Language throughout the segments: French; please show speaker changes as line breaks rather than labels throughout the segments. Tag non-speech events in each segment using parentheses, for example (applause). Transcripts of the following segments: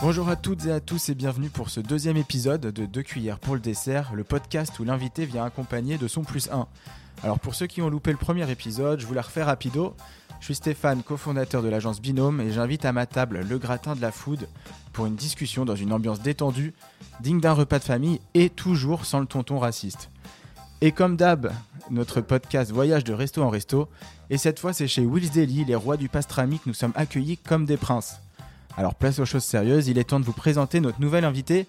Bonjour à toutes et à tous et bienvenue pour ce deuxième épisode de Deux cuillères pour le dessert, le podcast où l'invité vient accompagner de son plus 1. Alors pour ceux qui ont loupé le premier épisode, je vous la refais rapido. Je suis Stéphane, cofondateur de l'agence Binôme, et j'invite à ma table le gratin de la food pour une discussion dans une ambiance détendue, digne d'un repas de famille et toujours sans le tonton raciste. Et comme d'hab, notre podcast voyage de resto en resto, et cette fois c'est chez Will's Deli, les rois du pastrami, que nous sommes accueillis comme des princes. Alors place aux choses sérieuses, il est temps de vous présenter notre nouvel invité.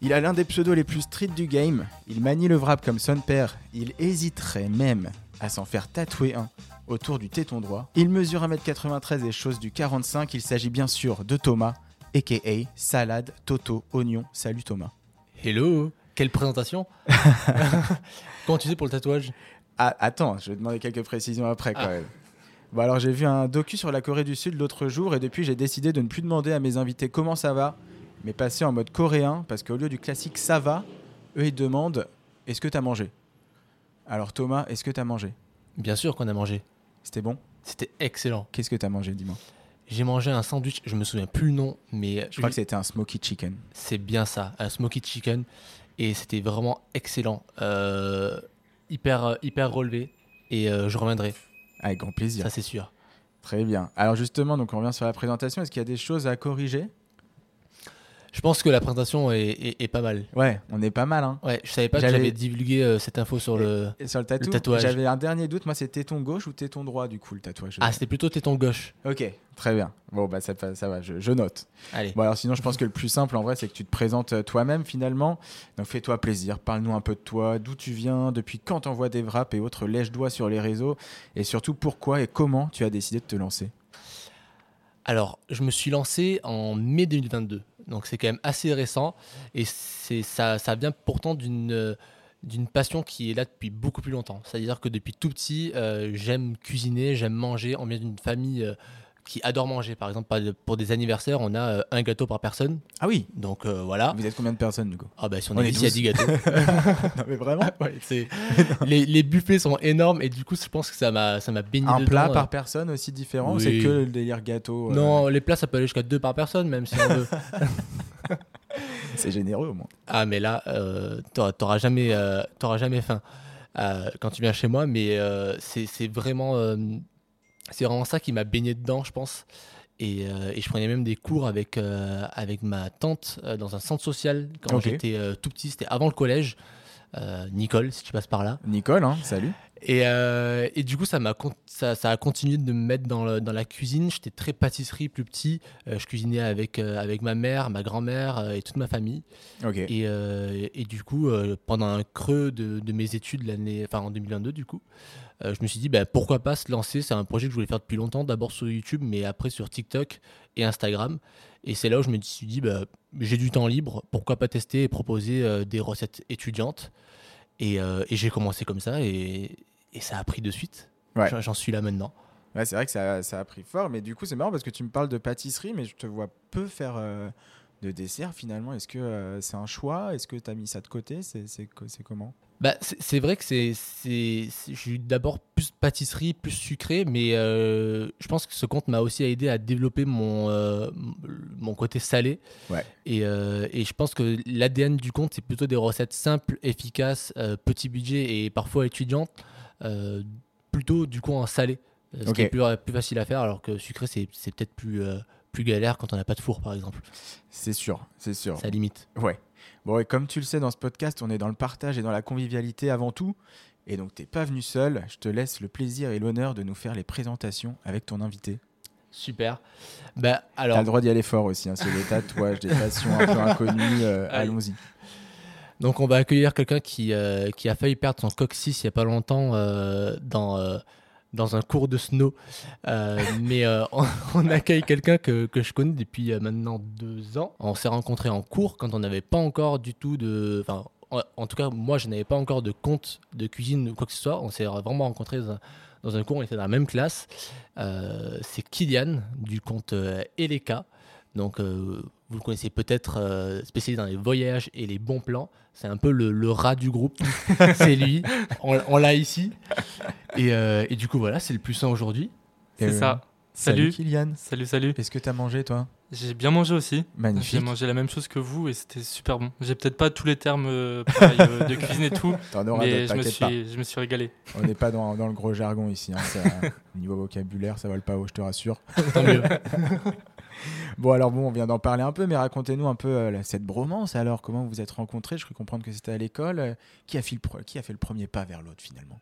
Il a l'un des pseudos les plus street du game, il manie le wrap comme son père, il hésiterait même à s'en faire tatouer un autour du téton droit. Il mesure 1m93 et chose du 45, il s'agit bien sûr de Thomas, aka Salade, Toto, Oignon, salut Thomas.
Hello
(laughs)
Quelle présentation Comment tu sais pour le tatouage
Ah, attends, je vais demander quelques précisions après
Ah.
quand même. Bon, alors j'ai vu un docu sur la Corée du Sud l'autre jour et depuis j'ai décidé de ne plus demander à mes invités comment ça va, mais passer en mode coréen parce qu'au lieu du classique ça va, eux ils demandent est-ce que t'as mangé Alors Thomas, est-ce que t'as mangé
Bien sûr qu'on a mangé.
C'était bon
C'était excellent.
Qu'est-ce que t'as mangé, dis-moi
J'ai mangé un sandwich, je me souviens plus le nom, mais
Je crois que c'était un smoky chicken.
c'est bien ça, un smoky chicken. Et c'était vraiment excellent. Euh, hyper, euh, hyper relevé. Et euh, je reviendrai,
Avec grand plaisir.
ça c'est sûr.
Très bien. Alors justement, donc on revient sur la présentation. Est-ce qu'il y a des choses à corriger
Je pense que la présentation est, est- est pas mal.
Ouais, on est pas mal, hein.
Ouais, je savais pas que
J'avais-
j'avais divulgué euh, cette info sur le.
Et sur le, tatou,
tatouage.
J'avais un dernier doute. Moi, c'est téton gauche ou téton droit, du coup, le tatouage
Ah, c'était plutôt téton gauche.
Ok, très bien. Bon, bah ça, ça va, je- je note.
Allez.
Bon, alors sinon, je pense que le plus simple en vrai, c'est que tu te présentes euh, toi-même finalement. Donc fais-toi plaisir, parle-nous un peu de toi, d'où tu viens, depuis quand t'envoies des wraps et autres lèche-doigts sur les réseaux, et surtout pourquoi et comment tu as décidé de te lancer.
Alors, je me suis lancé en mai 2022, donc c'est quand même assez récent, et c'est ça, ça vient pourtant d'une euh, d'une passion qui est là depuis beaucoup plus longtemps. C'est-à-dire que depuis tout petit, euh, j'aime cuisiner, j'aime manger. On vient d'une famille euh, qui adore manger. Par exemple, par- pour des anniversaires, on a euh, un gâteau par personne,
Ah oui
donc euh, voilà.
Ah. Vous êtes combien de personnes du coup
Ah bah si on,
On
est
est
10, il y a
12.
10 gâteaux.
Non mais vraiment
(laughs) Ouais, c'est- (laughs) les, les buffets sont énormes, et du coup, je pense que ça m'a ça m'a
(laughs)
baigné
Un
dedans,
plat
euh.
par personne aussi différent ou
Oui.
C'est que le délire gâteau euh,
Non, les plats, ça peut aller jusqu'à deux par personne, même (laughs) si on veut.
C'est généreux au moins.
Ah, mais là, euh, t'auras- t'auras jamais, euh, t'auras jamais faim euh, quand tu viens chez moi. Mais euh, c'est c'est vraiment, euh, c'est vraiment ça qui m'a baigné dedans, je pense. Et, euh, et je prenais même des cours avec, euh, avec ma tante euh, dans un centre social quand
Ok.
j'étais euh, tout petit. C'était avant le collège. Euh, Nicole, si tu passes par là.
Nicole, hein, (laughs) salut.
Et, euh, et du coup, ça, m'a con- ça, ça a continué de me mettre dans, le- dans la cuisine. J'étais très pâtisserie, plus petit. Euh, je cuisinais avec, euh, avec ma mère, ma grand-mère euh, et toute ma famille.
Ok.
Et, euh, et du coup, euh, pendant un creux de, de mes études l'année, enfin en 2022, du coup, euh, je me suis dit bah, pourquoi pas se lancer. C'est un projet que je voulais faire depuis longtemps, d'abord sur YouTube, mais après sur TikTok et Instagram. Et c'est là où je me suis dit bah, j'ai du temps libre, pourquoi pas tester et proposer euh, des recettes étudiantes. Et, euh, et j'ai commencé comme ça et, et ça a pris de suite.
Ouais.
J'en- J'en suis là maintenant.
Ouais, c'est vrai que ça, ça a pris fort, mais du coup, c'est marrant parce que tu me parles de pâtisserie, mais je te vois peu faire euh, de dessert finalement. Est-ce que euh, c'est un choix Est-ce que tu as mis ça de côté C'est c'est co- c'est comment
Bah, c'est c'est vrai que c'est, c'est, c'est- je suis d'abord plus pâtisserie, plus sucré, mais euh, je pense que ce compte m'a aussi aidé à développer mon, euh, m- mon côté salé.
Ouais.
Et, euh, et je pense que l'ADN du compte, c'est plutôt des recettes simples, efficaces, euh, petit budget et parfois étudiantes, euh, plutôt du coup en salé, euh, ce qui
Ok.
est plus, plus facile à faire, alors que sucré, c'est, c'est peut-être plus, euh, plus galère quand on n'a pas de four, par exemple.
C'est sûr, c'est sûr.
Ça limite.
Ouais. Bon, et comme tu le sais, dans ce podcast, on est dans le partage et dans la convivialité avant tout. Et donc, t'es pas venu seul. Je te laisse le plaisir et l'honneur de nous faire les présentations avec ton invité.
Super. Bah, alors,
T'as le droit d'y aller fort aussi. Hein. C'est des tatouages, des passions un peu inconnues. euh,
Aïe.
Allons-y.
Donc on va accueillir quelqu'un qui, euh, qui a failli perdre son coccyx il n'y a pas longtemps euh, dans, euh, dans un cours de snow. Euh, (laughs) mais euh, on, on accueille quelqu'un que, que je connais depuis euh, maintenant deux ans. On s'est rencontrés en cours quand on n'avait pas encore du tout de... Enfin, en, en tout cas, moi, je n'avais pas encore de compte de cuisine ou quoi que ce soit. On s'est vraiment rencontrés dans un, dans un cours, on était dans la même classe. Euh, C'est Kylian du compte euh, Eleka. Donc, euh, vous le connaissez peut-être, euh, spécialisé dans les voyages et les bons plans. C'est un peu le, le rat du groupe. (laughs) c'est lui. On, on l'a ici. Et, euh, et du coup, voilà, c'est le plus sain aujourd'hui.
Euh,
C'est ça.
Salut.
Salut.
Kylian.
Salut, salut.
Est-ce que t'as mangé, toi
J'ai bien mangé aussi. J'ai
Magnifique.
mangé la même chose que vous et c'était super bon. J'ai peut-être pas tous les termes euh, pareils, euh,
(laughs)
de cuisine et tout,
T'en auras
mais
d'autres,
je me,
t'inquiète pas.
suis, je me suis régalé.
On n'est pas dans, dans le gros jargon ici. hein,
(laughs)
ça- niveau vocabulaire, ça vole pas haut, je te rassure.
Tant mieux.
Bon, alors bon, on vient d'en parler un peu, mais racontez-nous un peu euh, la- cette bromance. Alors, comment vous vous êtes rencontrés Je crois comprendre que c'était à l'école. Euh, Qui a, fait le pre- qui a fait le premier pas vers l'autre finalement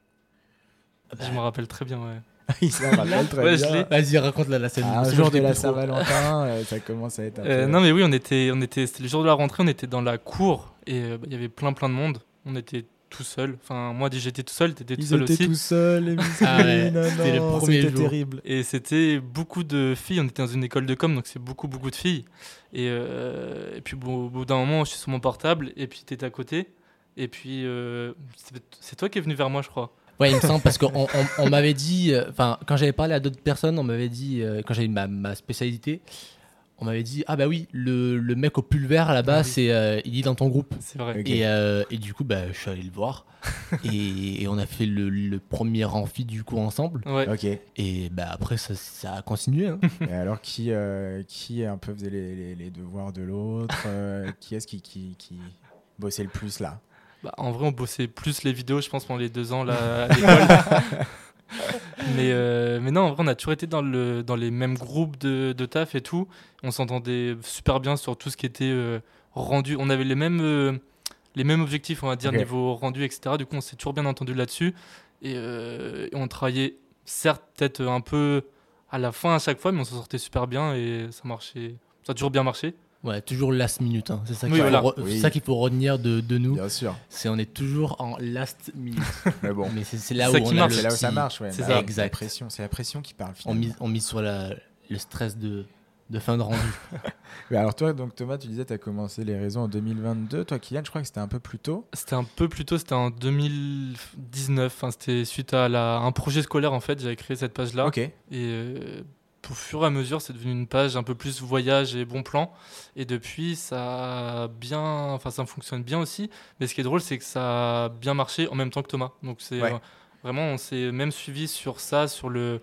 (laughs)
Je me rappelle très bien, ouais.
Il s'en rappelle très
Ouais, je
bien.
l'ai.
Vas-y, raconte la, la scène.
Ah,
parce
Un
que
jour
moi, je
de
l'ai
la
plus trop.
(laughs)
Saint-Valentin, euh, ça commence à être un
Euh,
peu...
non mais oui, on était, on était, c'était le jour de la rentrée, on était dans la cour et euh, bah, il y avait plein plein de monde. On était tout seul. Enfin, moi j'étais tout seul, t'étais tout
Ils
seul
étaient
aussi.
tout seuls, les misogynes.
Ah ouais,
non,
c'était le
non,
premier
c'était
jour.
terrible.
Et c'était beaucoup de filles. On était dans une école de com, donc c'est beaucoup, beaucoup de filles. Et, euh, et puis, bon, au bout d'un moment, je suis sur mon portable, et puis t'étais à côté. Et puis, euh, c'est- c'est toi qui es venu vers moi, je crois.
Ouais, il me semble, parce qu'on on, on m'avait dit, euh, enfin, quand j'avais parlé à d'autres personnes, on m'avait dit, euh, quand j'avais ma, ma spécialité, on m'avait dit, ah bah oui, le, le mec au pull vert là-bas,
Ah oui.
c'est, euh, il est dans ton groupe.
C'est vrai.
Ok.
Et, euh, et du coup, bah, je suis allé le voir. et, et on a fait le, le premier amphi du coup ensemble.
Ouais.
Ok. Et
Et bah après, ça, ça a continué. hein.
alors, qui, euh, qui un peu faisait les, les- les devoirs de l'autre
(laughs)
euh, Qui est-ce qui, qui, qui bossait le plus, là
Bah, en vrai, on bossait plus les vidéos, je pense, pendant les deux ans là, à l'école. mais, euh, mais non, en vrai, on a toujours été dans, le, dans les mêmes groupes de, de taf et tout. On s'entendait super bien sur tout ce qui était euh, rendu. On avait les mêmes, euh, les mêmes objectifs, on va dire,
Ok.
niveau rendu, etc. Du coup, on s'est toujours bien entendu là-dessus. Et, euh, et on travaillait, certes, peut-être un peu à la fin à chaque fois, mais on s'en sortait super bien et ça marchait. Ça a toujours bien marché.
Ouais, toujours last minute. hein. C'est ça
Oui,
qu'il faut,
voilà.
re-
Oui.
c'est ça qu'il faut retenir de, de nous.
Bien sûr.
C'est on est toujours en last minute.
Mais bon,
Mais c'est c'est là,
C'est ça
où
qui
on a
marche,
le
c'est là où ça
petit-
marche. Ouais,
c'est
Bah,
ça.
la
Exact.
pression, C'est la pression qui parle,
On
finalement.
mise, on mise sur la, le stress de, de fin de rendu.
Mais alors, toi, donc, Thomas, tu disais tu as commencé les réseaux en 2022. Toi, Kylian, je crois que c'était un peu plus tôt.
C'était un peu plus tôt, c'était en 2019. Enfin, hein, c'était suite à la- un projet scolaire en fait. J'avais créé cette page là.
Ok.
Et euh, au fur et à mesure, c'est devenu une page un peu plus voyage et bon plan. Et depuis, ça a bien, enfin, ça fonctionne bien aussi. Mais ce qui est drôle, c'est que ça a bien marché en même temps que Thomas. Donc c'est
Ouais.
euh, vraiment, on s'est même suivi sur ça, sur le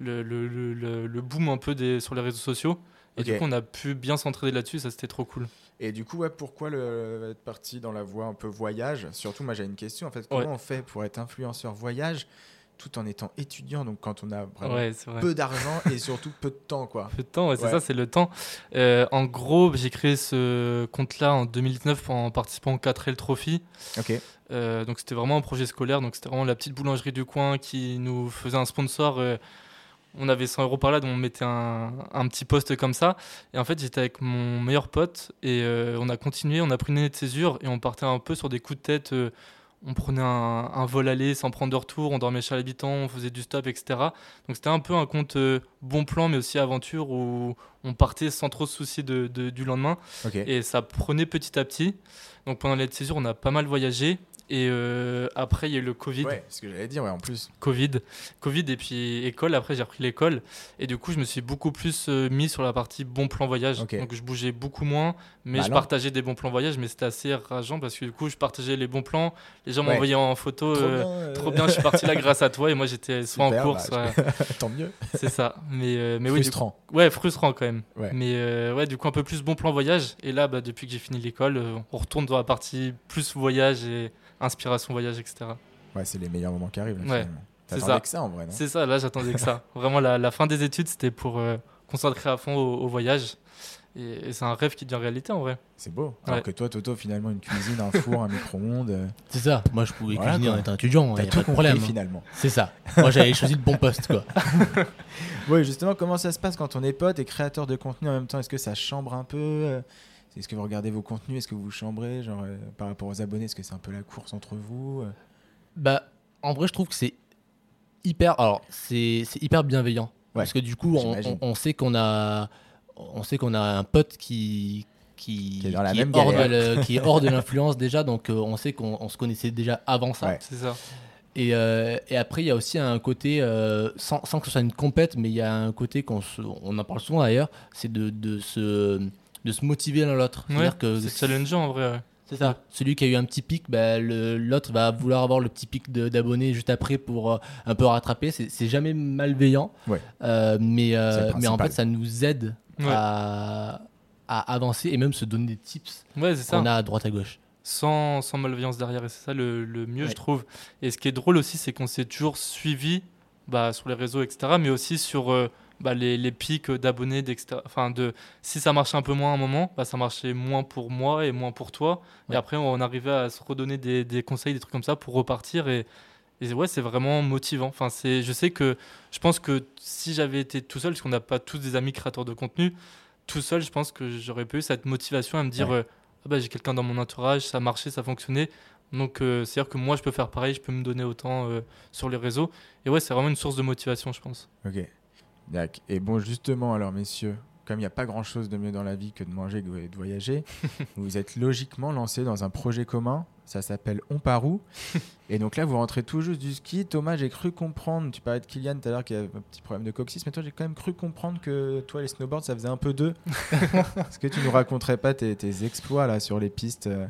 le, le- le- le- le boom un peu des, sur les réseaux sociaux. Et
Ok.
du coup, on a pu bien s'entraider là-dessus. Ça, c'était trop cool.
Et du coup, ouais, pourquoi le, être parti dans la voie un peu voyage Surtout, moi, j'ai une question. En fait, comment
Ouais.
on fait pour être influenceur voyage tout en étant étudiant Donc, quand on a vraiment
Ouais, c'est vrai.
peu d'argent et surtout peu de temps, quoi.
peu de temps, ouais, c'est
Ouais.
ça, c'est le temps. Euh, en gros, j'ai créé ce compte-là en 2019 en participant au 4L Trophy.
Ok.
Euh, donc c'était vraiment un projet scolaire, donc c'était vraiment la petite boulangerie du coin qui nous faisait un sponsor. euh, on avait 100 euros par là, donc on mettait un, un petit poste comme ça. Et en fait, j'étais avec mon meilleur pote et euh, on a continué, on a pris une année de césure et on partait un peu sur des coups de tête. euh, on prenait un, un vol aller sans prendre de retour, on dormait chez l'habitant, on faisait du stop, etc. Donc c'était un peu un compte euh, bon plan, mais aussi aventure où on partait sans trop se soucier de- de- du lendemain.
Ok.
Et ça prenait petit à petit. Donc pendant l'aide césure, on a pas mal voyagé. Et euh, après, il y a eu le Covid.
Ouais, ce que j'allais dire, ouais, en plus.
Covid. Covid et puis école. Après, j'ai repris l'école. Et du coup, je me suis beaucoup plus euh, mis sur la partie bon plan voyage.
Ok.
Donc je bougeais beaucoup moins, mais
Bah
je
alors.
partageais des bons plans voyage. Mais c'était assez rageant parce que du coup, je partageais les bons plans. Les gens
Ouais.
m'envoyaient en photo.
Trop
euh,
bien, euh, (laughs)
Trop bien, je suis parti là grâce à toi et moi j'étais soit
Super,
en course,
bah,
soit-
(laughs) Tant mieux.
(laughs) c'est ça. Mais, euh, mais oui, du
Frustrant.
Ouais, frustrant quand même.
Ouais.
Mais euh, ouais, du coup, un peu plus bon plan voyage. Et là, bah, depuis que j'ai fini l'école, euh, on retourne dans la partie plus voyage et inspiration voyage, etc.
Ouais, c'est les meilleurs moments qui arrivent, là,
Ouais,
finalement.
c'est
T'attendais
ça.
que ça, en vrai, non
C'est ça, là, j'attendais
(laughs)
que ça. Vraiment, la, la fin des études, c'était pour euh, consacrer à fond au, au voyage. Et, et c'est un rêve qui devient réalité en vrai.
C'est beau. Alors
Ouais.
que toi, Toto, finalement, une cuisine, un four, un micro-ondes, euh,
C'est ça. Moi, je pouvais
Voilà,
cuisiner
quoi.
en étant étudiant. Il
t'as
n'y a
tout
pas de
compris,
hein.
problème. hein.
finalement.
C'est ça. Moi, j'avais choisi le bon poste, quoi.
Oui, justement, comment ça se passe quand on est pote et créateur de contenu en même temps Est-ce que ça chambre un peu euh, Est-ce que vous regardez vos contenus Est-ce que vous chambrez genre, euh, Par rapport aux abonnés, est-ce que c'est un peu la course entre vous euh
Bah, en vrai, je trouve que c'est hyper. Alors, c'est c'est hyper bienveillant. Parce que du coup, on,
j'imagine.
on- on sait qu'on a, on sait qu'on a un pote qui qui,
Qui est dans la même
hors de
galère.
le- qui est
(laughs)
hors de l'influence déjà. Donc, euh, on sait qu'on on se connaissait déjà avant ça.
Ouais.
C'est ça.
Et, euh, et après, il y a aussi un côté, euh, sans, sans que ce soit une compète, mais il y a un côté qu'on se- on en parle souvent d'ailleurs, c'est de, de se de se motiver l'un l'autre.
Ouais,
C'est-à-dire que
c'est challengeant en vrai. ouais.
c'est ça. Celui qui a eu un petit pic, bah, le- l'autre va vouloir avoir le petit pic de- d'abonnés juste après pour euh, un peu rattraper. C'est c'est jamais malveillant.
Ouais.
Euh, mais, euh,
C'est le
mais en
principal.
fait, ça nous aide
Ouais.
à, à avancer et même se donner des tips
Ouais, c'est ça.
qu'on a à droite à gauche.
Sans, sans malveillance derrière, et c'est ça le, le mieux,
Ouais.
je trouve. Et ce qui est drôle aussi, c'est qu'on s'est toujours suivi bah, sur les réseaux, etc., mais aussi sur euh, bah, les, les pics d'abonnés, d'extra- enfin, de si ça marchait un peu moins à un moment, bah, ça marchait moins pour moi et moins pour toi.
Ouais.
Et après, on arrivait à se redonner des, des conseils, des trucs comme ça pour repartir. Et, et ouais, c'est vraiment motivant. Enfin, c'est, je sais que je pense que si j'avais été tout seul, parce qu'on n'a pas tous des amis créateurs de contenu, tout seul, je pense que j'aurais pas eu cette motivation à me dire
Ouais.
euh, ah bah, j'ai quelqu'un dans mon entourage, ça a marché, ça a fonctionné. Donc, euh, c'est-à-dire que moi, je peux faire pareil, je peux me donner autant euh, sur les réseaux. Et ouais, c'est vraiment une source de motivation, je pense.
Ok. Dac. Et bon, justement, alors, messieurs, comme il n'y a pas grand chose de mieux dans la vie que de manger et de voyager, vous êtes logiquement lancés dans un projet commun. Ça s'appelle On part où Et donc là, vous rentrez tout juste du ski. Thomas, j'ai cru comprendre. Tu parlais de Kylian tout à l'heure qui avait un petit problème de coccyx, mais toi, j'ai quand même cru comprendre que toi, les snowboards, ça faisait un peu deux. Est-ce que tu nous raconterais pas tes, tes exploits là sur les pistes euh,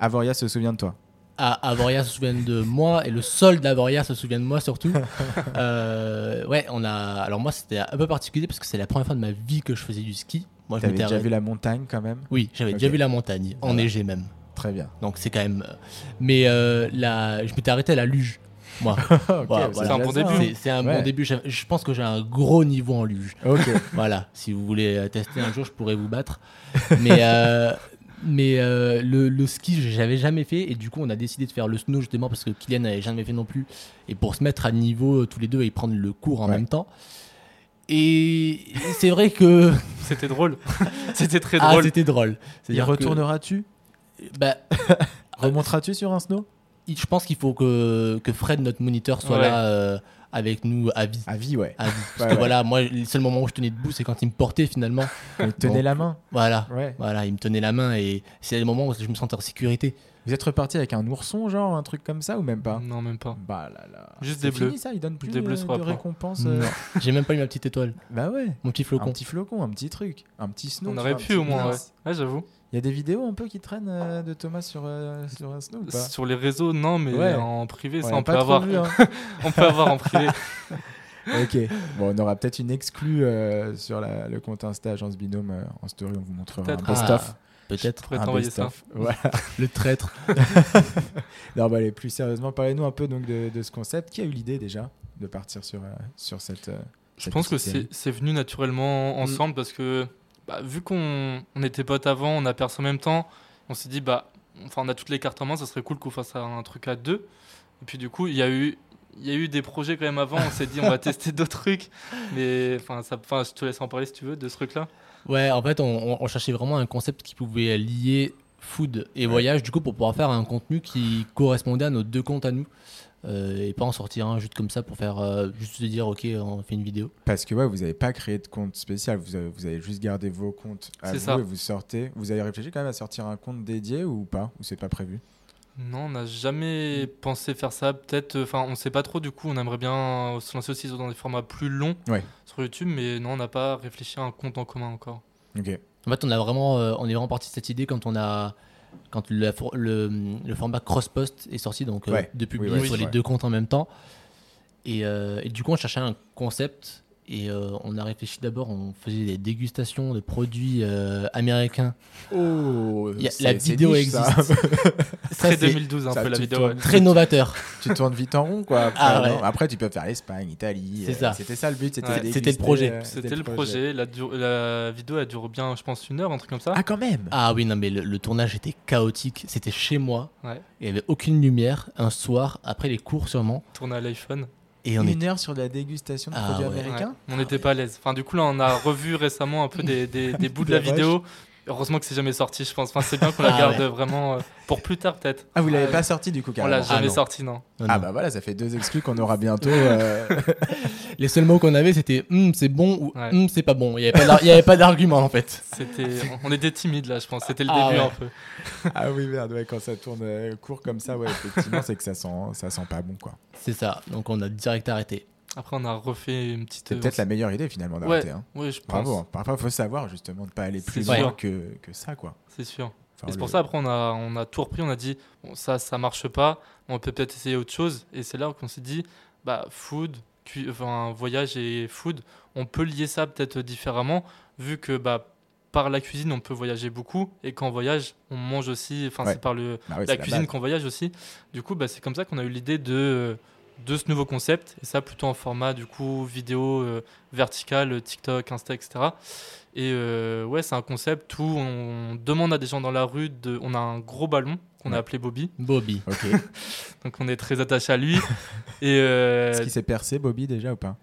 Avoria se souvient de toi.
À Avoria se souvient de moi et le sol d'Avoria se souvient de moi
(laughs)
surtout. Euh, ouais, on a. Alors moi c'était un peu particulier parce que c'est la première fois de ma vie que je faisais du ski. Moi je
T'avais
m'étais
déjà
arrêté-
vu la montagne quand même
Oui, j'avais déjà
Ok.
vu la montagne,
Voilà.
enneigée même.
Très bien.
Donc c'est quand même. Mais euh, la... je m'étais arrêté à la luge. Moi,
Ok,
Voilà,
c'est
voilà.
déjà
C'est un bon
ça,
début.
hein.
c'est c'est un
Ouais.
bon début. Je- Je pense que j'ai un gros niveau en luge.
hein Ok.
Voilà, si vous voulez euh, tester un jour, je pourrais vous battre. Mais,
(laughs)
euh, mais euh, le, le ski, je- j'avais jamais fait. Et du coup, on a décidé de faire le snow justement parce que Kylian n'avait jamais fait non plus. Et pour se mettre à niveau euh, tous les deux et prendre le cours en
Ouais.
même temps. Et c'est
(laughs)
vrai que
C'était drôle. (laughs) C'était très
ah,
drôle.
c'était drôle.
Il
C'est-à-dire que-
retourneras-tu
bah,
Remonteras-tu sur un snow
il- je pense qu'il faut que, que Fred, notre moniteur, soit
Ouais.
là euh, avec nous à vie.
À vie, ouais.
À vie. Parce
Ouais,
que
ouais.
voilà, moi, le seul moment où je tenais debout, c'est quand il me portait finalement.
Il tenait
Donc,
la main.
Voilà.
Ouais.
Voilà, il me tenait la main et c'est le moment où je me sentais en sécurité.
Vous êtes reparti avec un ourson, genre, un truc comme ça, ou même pas
Non, même pas.
Bah là là.
Juste
C'est
des bleus.
Fini, ça, il donne plus
Des bleus
de,
sur
de
la proie.
récompense. euh,
Non. J'ai même pas eu ma petite étoile,
Bah ouais.
mon petit flocon.
Un petit flocon, un petit truc, un petit snow.
On
tu
aurait
vois, un
pu au
petit
moins, ouais.
glace.
Ouais, j'avoue.
Il y a des vidéos un peu qui traînent euh, de Thomas sur, euh, sur un snow ou pas
Sur les réseaux, non, mais
Ouais.
en privé,
Ouais,
ça, on,
pas
peut
trop
avoir,
vu,
(laughs)
hein.
on peut avoir
(laughs)
en privé.
ok. Bon, on aura peut-être une exclue euh, sur la- le compte Insta Agence Binôme euh, en story. On vous montrera un
Peut-être.
best-of.
Ah, Peut-être
pourrais
un
t'envoyer ça.
best-of. (laughs) Voilà.
le traître.
Non, bah, allez, plus sérieusement, parlez-nous un peu donc de, de ce concept. Qui a eu l'idée déjà de partir sur, euh, sur cette. euh,
Je
cette
pense que
petite série
c'est c'est venu naturellement ensemble parce que bah, vu qu'on on était potes avant, on a percé en même temps, on s'est dit bah enfin on a toutes les cartes en main, ça serait cool qu'on fasse un truc à deux. Et puis du coup il y a eu il y a eu des projets quand même avant, on s'est dit on va tester d'autres trucs, mais enfin ça enfin je te laisse en parler si tu veux de ce truc là.
Ouais, en fait, on, on- on cherchait vraiment un concept qui pouvait lier food et voyage, du coup, pour pouvoir faire un contenu qui correspondait à nos deux comptes à nous. Euh, et pas en sortir un juste comme ça pour faire euh, juste de dire ok on fait une vidéo
Parce que ouais, vous n'avez pas créé de compte spécial, vous avez, vous avez juste gardé vos comptes à
C'est
vous
ça.
et vous sortez. Vous avez réfléchi quand même à sortir un compte dédié ou pas Ou c'est pas prévu
Non, on n'a jamais pensé faire ça. Peut-être, enfin, on sait pas trop. Du coup, on aimerait bien euh, se lancer aussi dans des formats plus longs
Ouais.
sur YouTube, mais non, on n'a pas réfléchi à un compte en commun encore.
Ok.
en fait on a vraiment euh, on est vraiment parti de cette idée quand on a quand la for- le, le format cross post est sorti donc euh,
Ouais.
de publier
Oui, oui,
sur
c'est
les
vrai.
deux comptes en même temps et, euh, et du coup on cherchait un concept et euh, on a réfléchi d'abord on faisait des dégustations de produits euh, américains
Oh
Il y a- la
(laughs)
vidéo existe Ça, c'est
Très 2012 hein, un
ça,
peu la
tu
vidéo.
tournes.
ouais.
très novateur
tu tournes vite en rond quoi. Après,
Ah ouais.
non après, tu peux faire l'Espagne, Italie.
C'est
euh,
ça.
C'était ça le but. C'était
Ouais.
déguster,
C'était le projet.
euh,
C'était le projet. La, dur- la vidéo, elle dure bien, je pense, une heure, un truc comme ça.
Ah quand même
ah oui non mais le, le tournage était chaotique c'était chez moi
Ouais.
il y avait aucune lumière un soir après les cours sûrement
Tourné à l'iPhone.
et on est
Une heure sur de la dégustation de
Ah
produits
ouais.
américains
Ouais. On n'était pas à l'aise. Enfin, du coup, là, on a revu
(laughs)
récemment un peu des, des- des bouts de la
La vache.
vidéo. Heureusement que c'est jamais sorti, je pense. Enfin, c'est bien qu'on la
Ah
garde
ouais.
vraiment euh, pour plus tard, peut-être.
Ah, vous l'avez
Ah,
pas sorti du coup
On
carrément
l'a jamais
non.
sorti, non.
Non,
Ah
non.
bah voilà, ça fait deux exclus qu'on aura
(laughs)
bientôt. euh,
les seuls mots qu'on avait c'était Hum, c'est bon ou
Ouais.
Hum, c'est pas bon il n'y avait pas d'ar- il y avait pas d'argument en fait (laughs)
C'était, on était timide là, je pense. C'était le
Ah
début
ouais.
un peu.
Ah oui, merde, ouais, quand ça tourne euh, court comme ça, ouais, effectivement, c'est que ça sent, ça sent pas bon, quoi.
c'est ça donc on a direct arrêté
Après, on a refait une petite.
C'est peut-être la meilleure idée, finalement, d'arrêter.
Ouais,
hein.
ouais, je pense.
Bravo. hein. Parfois, il faut savoir, justement, de pas aller plus
C'est
loin
sûr.
que, que ça, quoi.
C'est sûr.
Enfin,
et c'est pour
le-
ça, après, on a, on a tout repris. On a dit, bon, ça, ça marche pas. On peut peut-être essayer autre chose. Et c'est là qu'on s'est dit, bah, food, cui- enfin, voyage et food, on peut lier ça peut-être différemment. vu que bah, par la cuisine, on peut voyager beaucoup, et quand on voyage, on mange aussi, enfin
Ouais.
c'est par le,
Bah oui,
la
c'est
cuisine
base.
qu'on voyage aussi. Du coup, bah, c'est comme ça qu'on a eu l'idée de, de ce nouveau concept, et ça plutôt en format du coup vidéo euh, verticale, euh, TikTok, Insta, etc. Et euh, ouais, c'est un concept où on demande à des gens dans la rue, de, on a un gros ballon qu'on
Ouais.
a appelé Bobby,
Bobby.
Ok.
(laughs) donc on est très attaché
(laughs)
à lui. et euh,
Est-ce qu'il s'est percé, Bobby, déjà ou pas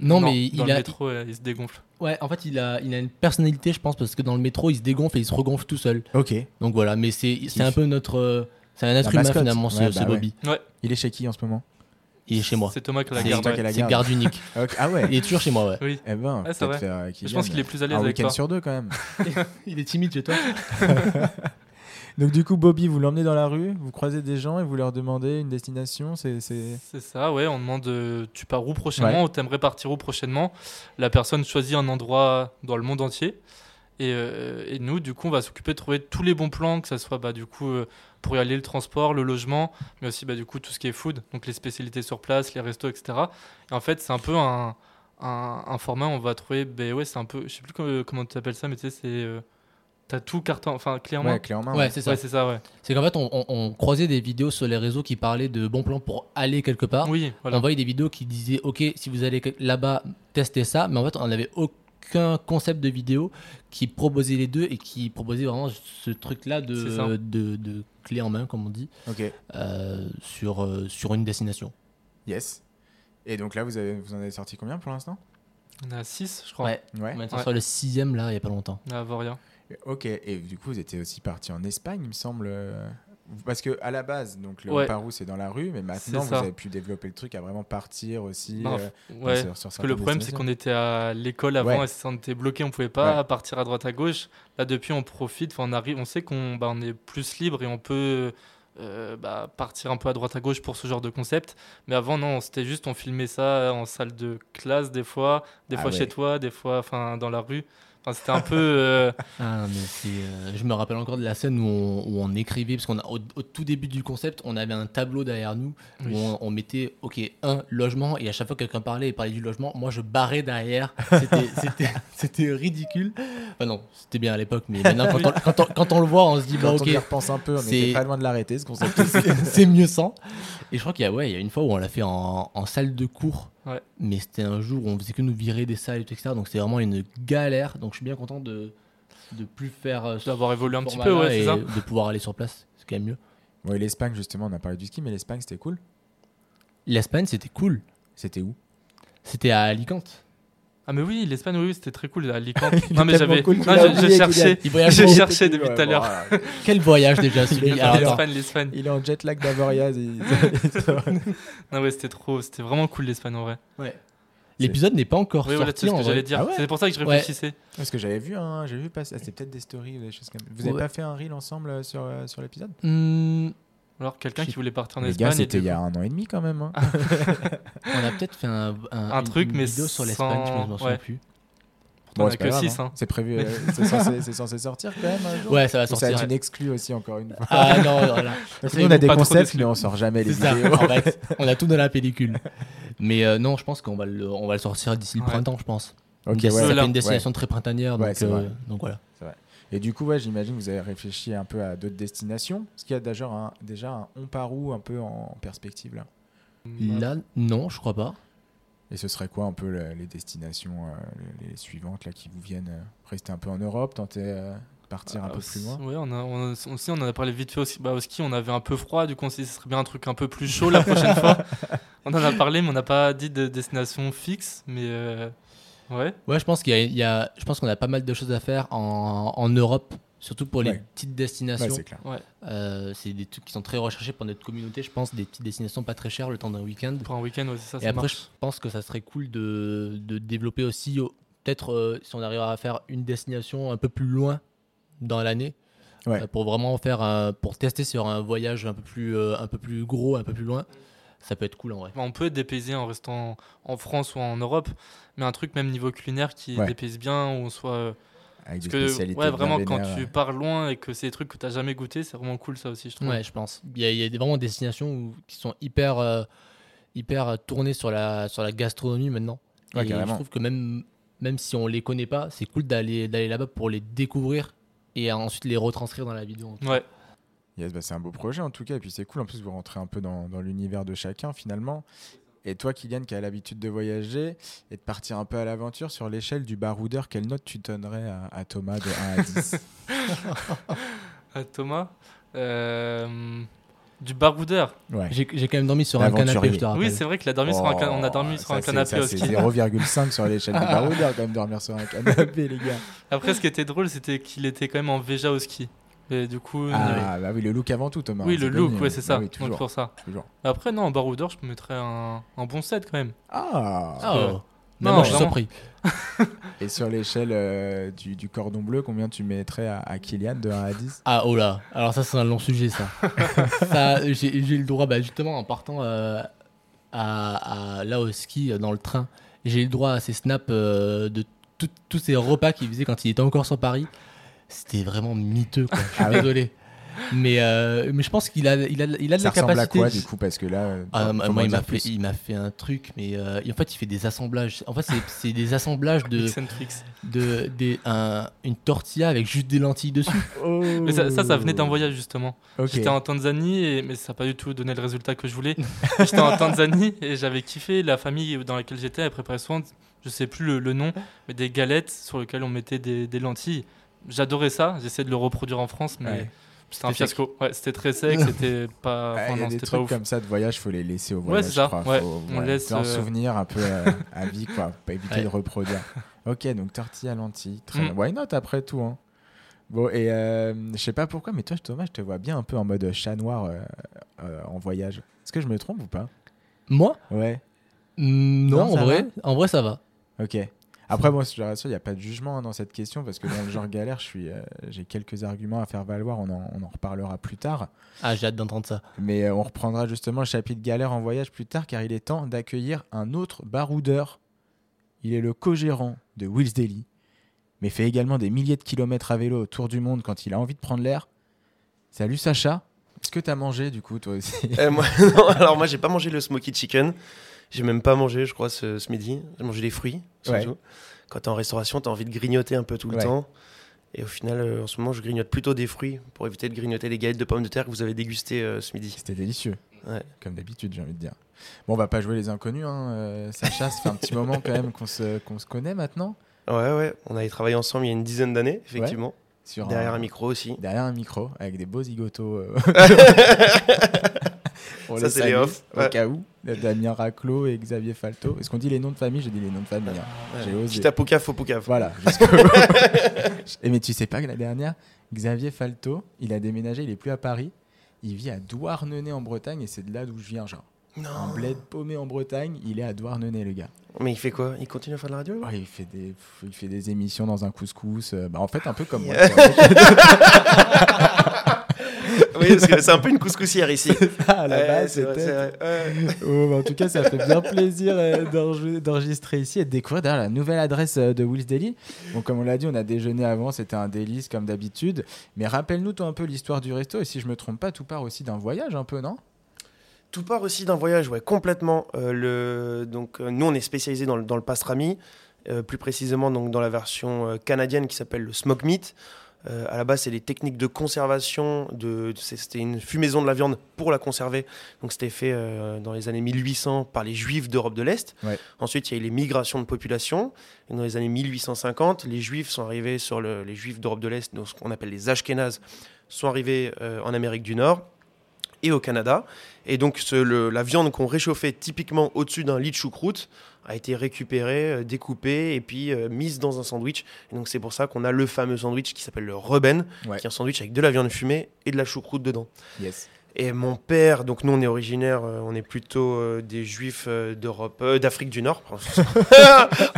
Non, mais
dans
il
le
a,
métro, euh, il se dégonfle.
ouais, en fait, il a, il a une personnalité, je pense, parce que dans le métro, il se dégonfle et il se regonfle tout seul.
Ok.
Donc voilà, mais c'est, c'est un peu notre, euh, c'est un être humain
mascotte.
finalement, ce,
Ouais,
ce
bah ouais.
Bobby.
Il est chez qui en ce moment
Il est chez moi.
C'est Thomas qui l'a
C'est-
gardé.
toi qui l'as
C'est
gardé.
garde (laughs) unique.
Ah, ok. Ah ouais
(laughs)
Il est toujours chez moi, ouais.
Oui,
Eh ben,
Ouais, c'est
peut-être
vrai.
faire, euh,
je
Kylian,
pense qu'il est plus à l'aise
un
avec
week-end
toi.
sur deux quand même.
Il est timide chez toi.
Donc du coup, Bobby, vous l'emmenez dans la rue, vous croisez des gens et vous leur demandez une destination. C'est c'est-
C'est ça, ouais, on demande euh, tu pars où prochainement
Ouais.
ou t'aimerais partir où prochainement. La personne choisit un endroit dans le monde entier. Et, euh, et nous, du coup, on va s'occuper de trouver tous les bons plans, que ce soit bah, du coup euh, pour y aller, le transport, le logement, mais aussi bah, du coup tout ce qui est food, donc les spécialités sur place, les restos, etc. Et en fait, c'est un peu un, un, un format où on va trouver, ben ouais, c'est un peu, je sais plus comment, comment tu appelles ça, mais tu sais, c'est. euh, T'as tout carton, enfin, clairement.
ouais, clé en main.
Ouais, c'est ça.
Ouais, c'est ça, ouais.
C'est qu'en fait, on, on- on croisait des vidéos sur les réseaux qui parlaient de bons plans pour aller quelque part.
Oui, voilà.
On voyait des vidéos qui disaient, ok, si vous allez quel- là-bas, testez ça. Mais en fait, on n'avait aucun concept de vidéo qui proposait les deux et qui proposait vraiment ce truc-là
C'est ça.
de, de, de clé en main, comme on dit,
Ok.
euh, sur, euh, sur une destination.
Yes. Et donc là, vous, avez, vous en avez sorti combien pour l'instant
On a 6, je crois.
Ouais.
Ouais.
On est
Ouais.
sur le sixième, là, il n'y a pas longtemps.
On a à Voria.
Ok. Et du coup, vous étiez aussi parti en Espagne, il me semble. euh, Parce que à la base, donc le
Ouais.
Parou, c'est dans la rue, mais maintenant, vous
C'est ça.
avez pu développer le truc à vraiment partir aussi.
Bah,
euh,
Ouais.
sur- sur
Parce que le
certaines
problème, c'est
destinations.
qu'on était à l'école avant
Ouais.
et ça, on était bloqué, on pouvait pas
Ouais.
partir à droite à gauche. Là, depuis, on profite, enfin, on arrive, on sait qu'on bah, on est plus libre et on peut euh, bah, partir un peu à droite à gauche pour ce genre de concept. Mais avant, non, c'était juste, on filmait ça en salle de classe des fois, des
Ah
fois
ouais.
chez toi, des fois, enfin, dans la rue. Enfin, c'était un
(laughs)
peu. euh,
Ah non, mais c'est, euh, je me rappelle encore de la scène où on, où on écrivait, parce qu'on a au, au tout début du concept, on avait un tableau derrière nous où on, on mettait, ok, un logement, et à chaque fois que quelqu'un parlait et parlait du logement, moi je barrais derrière.
(laughs)
C'était- c'était- C'était ridicule. Enfin non, c'était bien à l'époque, mais
(laughs)
maintenant quand on, quand on- quand on le voit, on se dit, bah
Quand on
ok,
y repense un peu, on
c'est-
était pas loin de l'arrêter, ce concept.
(laughs)
(laughs)
c'est mieux sans. Et je crois qu'il y, a- ouais, il y a une fois où on l'a fait en, en salle de cours.
Ouais.
Mais c'était un jour où on faisait que nous virer des salles et tout, etc. Donc c'était vraiment une galère. Donc je suis bien content de de plus faire euh, ce
D'avoir évolué un petit peu,
format-là
ouais, c'est
et
ça.
de pouvoir aller sur place. C'est quand même mieux.
Bon, et l'Espagne, justement, on a parlé du ski, mais l'Espagne, c'était cool.
L'Espagne, c'était cool.
C'était où
C'était à Alicante.
Ah, mais oui, l'Espagne, oui, oui, c'était très cool,
(laughs)
à Alicante.
Il
non,
est
mais
tellement
j'avais.
cool, tu
non,
l'as
je- je,
oublié,
cherchais.
Kylian.
Il voyage (laughs)
(laughs) J'ai
beaucoup.
cherché depuis
Ouais,
tout à
bon,
l'heure.
voilà.
(laughs)
Quel
(laughs)
voyage déjà
Il
celui
est
Alors, attends.
L'Espagne, l'Espagne.
Il est en jet lag d'Avoria.
(laughs)
il-
Non, ouais, c'était trop, c'était vraiment cool l'Espagne en vrai.
L'épisode n'est pas encore
Oui, voilà, c'est
sorti.
ce
en
que
vrai.
j'allais dire.
Ah ouais
C'est pour ça que je
Ouais.
réfléchissais.
Parce que j'avais vu, hein, j'ai vu passer. ah, C'était peut-être des stories ou des choses comme Vous avez
Ouais.
pas fait un reel ensemble euh, sur, euh, sur l'épisode
Hmm,
Alors, quelqu'un qui voulait partir en
Les
Espagne.
gars,
et Ah,
c'était
du
il y a un an et demi quand même. hein.
on a peut-être fait un,
Un truc,
une
mais
vidéo sur
sans-
l'Espagne, je me souviens
ouais.
plus.
coup, on a
c'est pas
que
grave,
6.
hein. C'est prévu, euh,
(laughs)
c'est censé, c'est censé sortir quand même. un jour.
Ouais, ça va
Ou Ça va
sortir.
être une exclue aussi, encore une fois.
Ah non, voilà.
Parce que
c'est
nous, on a
nous,
des
pas trop
concepts,
d'exclus.
mais on sort jamais (laughs) les
C'est ça,
(laughs)
vidéos.
en fait, on a tout dans la pellicule. Mais euh, non, je pense qu'on va le, on va le sortir d'ici le
Ouais.
printemps, je pense.
Ok,
ça
ouais.
fait
Voilà.
une destination très printanière,
Ouais,
donc,
c'est
euh,
vrai.
donc voilà.
Et du coup, ouais, j'imagine que vous avez réfléchi un peu à d'autres destinations. Est-ce qu'il y a déjà un, déjà un on par où un peu en perspective là
Là, non, je crois pas.
Et ce serait quoi un peu le- les destinations, euh, les, les suivantes là qui vous viennent euh, Rester un peu en Europe, tenter euh, de partir
Ah,
un peu plus loin
Bah, Ouais, on a, on a- aussi, on en a parlé vite fait aussi. Bah, au ski, on avait un peu froid, du coup, on s'est dit, ce serait bien un truc un peu plus chaud la
(laughs)
prochaine fois. On en a parlé, mais on n'a pas dit de destination fixe. Mais euh, ouais,
Ouais, je pense qu'il y a, il y a- je pense qu'on a pas mal de choses à faire en, en Europe, surtout pour les
Ouais.
petites
Ouais,
destinations.
c'est clair.
Euh, c'est des trucs qui sont très recherchés par notre communauté, je pense, des petites destinations pas très chères le temps d'un week-end.
pour un week-end, ouais, c'est ça,
Et
ça
après, je
marche.
pense que ça serait cool de, de développer aussi, au- peut-être euh, si on arrive à faire une destination un peu plus loin dans l'année,
Ouais.
euh, pour vraiment faire un- pour tester sur un voyage un peu plus, euh, un peu plus gros, un peu plus loin, ça peut être cool en vrai.
Bah, On peut être dépaysé en restant en France ou en Europe, mais un truc même niveau culinaire qui
Ouais.
dépayse bien, où on soit. euh,
Avec des
parce que,
spécialités.
ouais,
bien
vraiment, quand
vénères,
tu pars loin et que c'est des trucs que tu jamais goûté, c'est vraiment cool ça aussi, je trouve.
Ouais, je pense. Il y a, il y a des- vraiment des destinations où- qui sont hyper, euh, hyper euh, tournées sur la, sur la gastronomie maintenant.
Ouais,
Et
carrément.
je trouve que même même si on les connaît pas, c'est cool d'aller d'aller là-bas pour les découvrir et ensuite les retranscrire dans la vidéo. en tout cas.
Ouais.
Yes, bah, c'est un beau projet en tout cas, et puis c'est cool. En plus, vous rentrez un peu dans, dans l'univers de chacun finalement. Et toi, Kylian, qui a l'habitude de voyager et de partir un peu à l'aventure, sur l'échelle du baroudeur, quelle note tu donnerais à, à Thomas de 1 à
(laughs)
10
Ah, Thomas euh, Du baroudeur.
Ouais.
J'ai j'ai quand même dormi sur un canapé,
L'aventurier.
je te rappelle.
Oui, c'est vrai qu'il a dormi sur un can- on a dormi sur
Ah, bah, Oh, ça,
un
c'est-
canapé
ça,
au
C'est
ski.
0,5 sur l'échelle du baroudeur quand même, dormir sur
(laughs)
un canapé, les gars.
Après, ce qui était drôle, c'était qu'il était quand même en Véja au ski. Et du coup, euh,
Ah, bah oui, le look avant tout, Thomas.
oui,
c'est
le look,
connu,
ouais,
hein.
c'est
Ah
ça.
oui,
Donc
toujours,
pour ça.
toujours.
Après, non, en baroudeur, je me mettrais un, un bon set quand même.
Ah,
Ah,
Euh,
oh.
non,
Non, moi, je suis
vraiment.
surpris.
Et sur l'échelle euh, du, du cordon bleu, combien tu mettrais à, à Kylian de 1 à 10
Ah oh là, alors ça c'est un long
(laughs)
sujet ça. ça j'ai j'ai eu le droit, bah, justement en partant euh, à, à- là au ski euh, dans le train, j'ai eu le droit à ces snaps euh, de tout- tous ces repas qu'il faisait quand il était encore sur Paris. C'était vraiment miteux quoi, je suis
Ah ouais
désolé. Mais, euh, mais je pense qu'il a, il a, il a de
Ça
la
ressemble
capacité.
à quoi du coup Parce que là, euh,
Ah,
faut-
moi,
faut m'en
il m'a
dire
fait,
plus.
il m'a fait un truc, mais euh, en fait, il fait des assemblages. En fait, c'est- c'est des
(laughs)
assemblages de,
Eccentrics.
de des, un- une tortilla avec juste des lentilles dessus.
Mais ça, ça,
Oh.
ça venait d'un voyage justement.
Ok.
J'étais en Tanzanie, et, mais ça n'a pas du tout donné le résultat que je voulais. (laughs) j'étais en Tanzanie et j'avais kiffé. La famille dans laquelle j'étais, elle préparait souvent, je sais plus le, le nom, mais des galettes sur lesquelles on mettait des, des lentilles. J'adorais ça. J'essayais de le reproduire en France, mais
Ouais.
c'était un
C'était sec.
fiasco. Ouais, c'était très
(laughs)
sec, c'était pas,
Ouais,
enfin,
il y
non,
a des
c'était pas
trucs
ouf.
comme ça de voyage, faut les laisser au voyage.
c'est ça.
je crois.
Ouais,
Faut-
on laisse,
c'est un
euh,
souvenir un peu euh,
(laughs)
à vie, quoi. Pas éviter
Ouais.
de reproduire. Ok, donc tortilla lentille. Très
Mm.
bien. Why not après tout hein. Bon, et euh, je sais pas pourquoi, mais toi, Thomas, je te vois bien un peu en mode chat noir euh, euh, en voyage. Est-ce que je me trompe ou pas
Moi
Ouais,
Mm, Non,
Non, ça
en vrai, en vrai, ça va.
ok. Après, moi, je rassure, il n'y a pas de jugement hein, dans cette question parce que dans le genre galère, je suis, euh, j'ai quelques arguments à faire valoir. On en- on en reparlera plus tard.
Ah, j'ai hâte d'entendre ça.
Mais euh, on reprendra justement le chapitre galère en voyage plus tard car il est temps d'accueillir un autre baroudeur. Il est le co-gérant de Will's Daily, mais fait également des milliers de kilomètres à vélo autour du monde quand il a envie de prendre l'air. Salut Sacha, est-ce que t'as mangé du coup toi aussi
Eh, moi, (laughs) non, alors moi j'ai pas mangé le smoky chicken, j'ai même pas mangé je crois ce, ce midi, j'ai mangé des fruits
Ouais.
surtout. Quand t'es en restauration t'as envie de grignoter un peu tout le
Ouais.
temps et au final euh, en ce moment je grignote plutôt des fruits pour éviter de grignoter les galettes de pommes de terre que vous avez dégustées euh, ce midi.
(laughs) C'était délicieux,
Ouais.
comme d'habitude j'ai envie de dire. Bon on va pas jouer les inconnus, hein, euh, Sacha, ça fait un petit moment quand même qu'on se, qu'on se connaît maintenant.
Ouais ouais, on avait travaillé ensemble il y a une dizaine d'années effectivement,
Sur
derrière un micro aussi.
Derrière un micro, avec des beaux zigotos.
(laughs)
euh, On
Ça, c'est les
salue,
off,
Au
ouais.
cas où, Damien Raclo et Xavier Falto. Est-ce qu'on dit les noms de famille J'ai dit les noms de famille. hein. J'ai
Ouais.
osé.
Petit apocaf faux poucaf.
Voilà. jusqu'au-
(laughs)
Et mais tu sais pas que la dernière, Xavier Falto, il a déménagé, il est plus à Paris. Il vit à Douarnenez en Bretagne et c'est de là d'où je viens, genre. Un
Non,
bled paumé en Bretagne, il est à Douarnenez, le gars.
mais il fait quoi Il continue à faire de la radio là
Ouais, il, fait des, pff, il fait des émissions dans un couscous. euh, bah, en fait, un peu
(laughs)
comme moi.
Yeah.
tu vois.
Oui, parce que c'est un peu une couscoussière ici.
(laughs) à la
Ouais,
base,
c'est vrai,
c'était-
c'est vrai. Ouais.
Oh, bah, en tout cas, ça fait bien plaisir euh, d'enje- d'enregistrer ici et de découvrir d'ailleurs la nouvelle adresse euh, de Will's Daily. Donc, comme on l'a dit, on a déjeuné avant, c'était un délice comme d'habitude. Mais rappelle-nous toi un peu l'histoire du resto et si je me trompe pas, tout part aussi d'un voyage un peu, non
Tout part aussi d'un voyage, ouais, complètement. Euh, le, donc, euh, nous, on est spécialisé dans le, dans le pastrami, euh, plus précisément donc, dans la version euh, canadienne qui s'appelle le smoke meat. Euh, à la base, c'est des techniques de conservation. De, c'est- c'était une fumaison de la viande pour la conserver. Donc, c'était fait euh, dans les années 1800 par les Juifs d'Europe de l'Est.
Ouais.
Ensuite, il y a eu les migrations de population. Et dans les années 1850, les Juifs sont arrivés sur le- les Juifs d'Europe de l'Est, donc ce qu'on appelle les Ashkénazes, sont arrivés euh, en Amérique du Nord et au Canada. Et donc, ce- le- la viande qu'on réchauffait typiquement au-dessus d'un lit de choucroute a été récupérée, euh, découpée et puis euh, mise dans un sandwich. Et donc, c'est pour ça qu'on a le fameux sandwich qui s'appelle le Reuben,
Ouais.
qui est un sandwich avec de la viande fumée et de la choucroute dedans.
Yes.
Et mon père, donc nous on est originaire, euh, on est plutôt euh, des juifs euh, d'Europe, euh, d'Afrique du
(laughs)
Nord. pardon.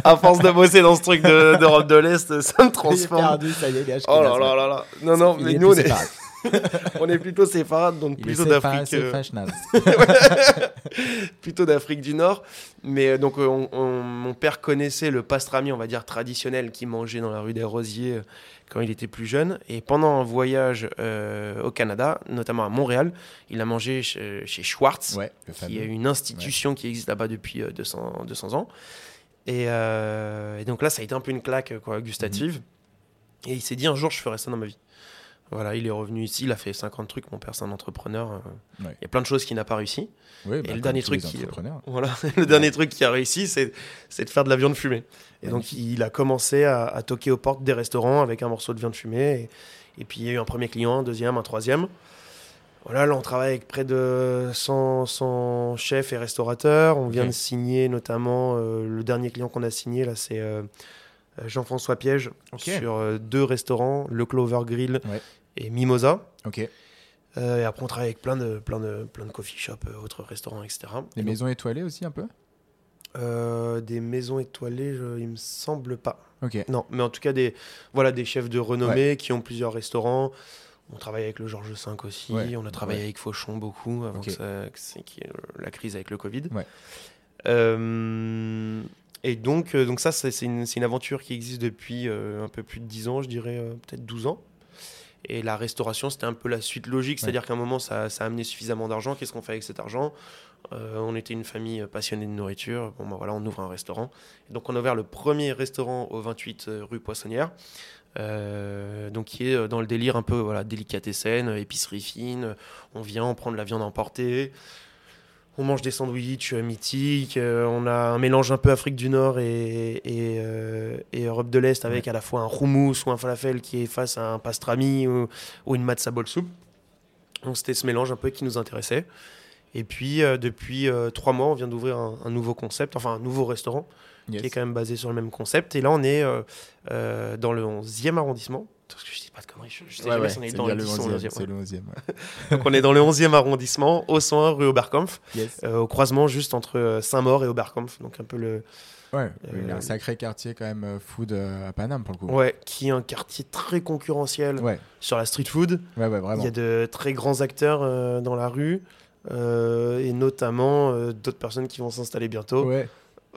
à force de bosser dans ce truc de- d'Europe de, l'Est, euh, ça me transforme.
perdu, ça y est, il est
Oh là là là là. Non, non, mais nous on est, (laughs) on est plutôt séfarades, donc
Il est
plutôt
séparé,
d'Afrique.
c'est
euh, (laughs)
Fashionable.
plutôt d'Afrique du Nord. Mais euh, donc, euh, on- on- mon père connaissait le pastrami, on va dire traditionnel, qu'il mangeait dans la rue des Rosiers euh, quand il était plus jeune. Et pendant un voyage euh, au Canada, notamment à Montréal, il a mangé euh, chez, chez Schwartz,
Ouais, le fameux.
qui est une institution qui existe là-bas depuis euh, 200, 200 ans. Et, euh, et donc là, ça a été un peu une claque euh, quoi, gustative.
Mhm.
Et il s'est dit un jour, je ferai ça dans ma vie. Voilà, il est revenu ici, il a fait 50 trucs. Mon père, c'est un entrepreneur. euh,
Ouais.
Il y a plein de choses qu'il n'a pas réussi.
Oui,
le dernier truc qui-
entrepreneur.
Voilà, (laughs) le dernier truc qu'il a réussi, c'est c'est de faire de la viande fumée. Et donc,
Magnifique.
il a commencé à, à toquer aux portes des restaurants avec un morceau de viande fumée. Et, et puis, il y a eu un premier client, un deuxième, un troisième. Voilà, là, on travaille avec près de 100, 100 chefs et restaurateurs. On vient
Ok.
de signer notamment euh, le dernier client qu'on a signé, là, c'est euh, Jean-François Piège
Ok.
sur euh, deux restaurants, le Clover Grill
Ouais.
et Mimosa.
Ok.
Euh, et après, on travaille avec plein de, plein de, plein de coffee shops, euh, autres restaurants, etc.
Les
Et donc,
maisons étoilées aussi un peu
euh, des maisons étoilées, je- il me semble pas.
Ok.
Non, mais en tout cas, des, voilà, des chefs de renommée qui ont plusieurs restaurants. On travaille avec le Georges V aussi.
Ouais,
On a travaillé
ouais.
avec Fauchon beaucoup avant
Ok.
que ça- que c'est- qu'il y ait euh, la crise avec le Covid.
Ouais.
Euh, et donc, euh, donc ça, c'est c'est une, c'est une aventure qui existe depuis euh, un peu plus de 10 ans, je dirais euh, peut-être 12 ans. Et la restauration, c'était un peu la suite logique. C'est-à-dire qu'à un moment, ça, ça a amené suffisamment d'argent. Qu'est-ce qu'on fait avec cet argent Euh, On était une famille passionnée de nourriture. Bon, ben voilà, on ouvre un restaurant. Et donc, on a ouvert le premier restaurant au 28 euh, rue Poissonnière. Euh, donc, qui est euh, dans le délire un peu voilà, délicatessen, euh, épicerie fine. On vient, on prend de la viande emportée. On mange des sandwichs euh, mythiques. Euh, on a un mélange un peu Afrique du Nord et, et, euh, et Europe de l'Est avec à la fois un houmous ou un falafel qui est face à un pastrami ou, ou une matza bol soup. Donc c'était ce mélange un peu qui nous intéressait. Et puis euh, depuis euh, trois mois, on vient d'ouvrir un, un nouveau concept, enfin un nouveau restaurant
Yes.
qui est quand même basé sur le même concept. Et là, on est euh, euh, dans le 11e arrondissement. Parce que je dis pas de conneries, je, je sais
Ouais,
jamais
ouais,
si on est
c'est
dans
bien
le 10 ou le 11e,
C'est
ouais.
le 11e. ouais.
Donc on est dans le 11e arrondissement, au 101 rue Oberkampf,
Yes.
euh, au croisement juste entre euh, Saint-Maur et Oberkampf. Donc un peu le,
Ouais, il y a
euh,
un sacré quartier quand même euh, food euh, à Paname pour le coup.
ouais, qui est un quartier très concurrentiel
ouais,
sur la street food.
ouais, ouais, vraiment.
Il y a de très grands acteurs euh, dans la rue. euh, et notamment euh, d'autres personnes qui vont s'installer bientôt.
Ouais.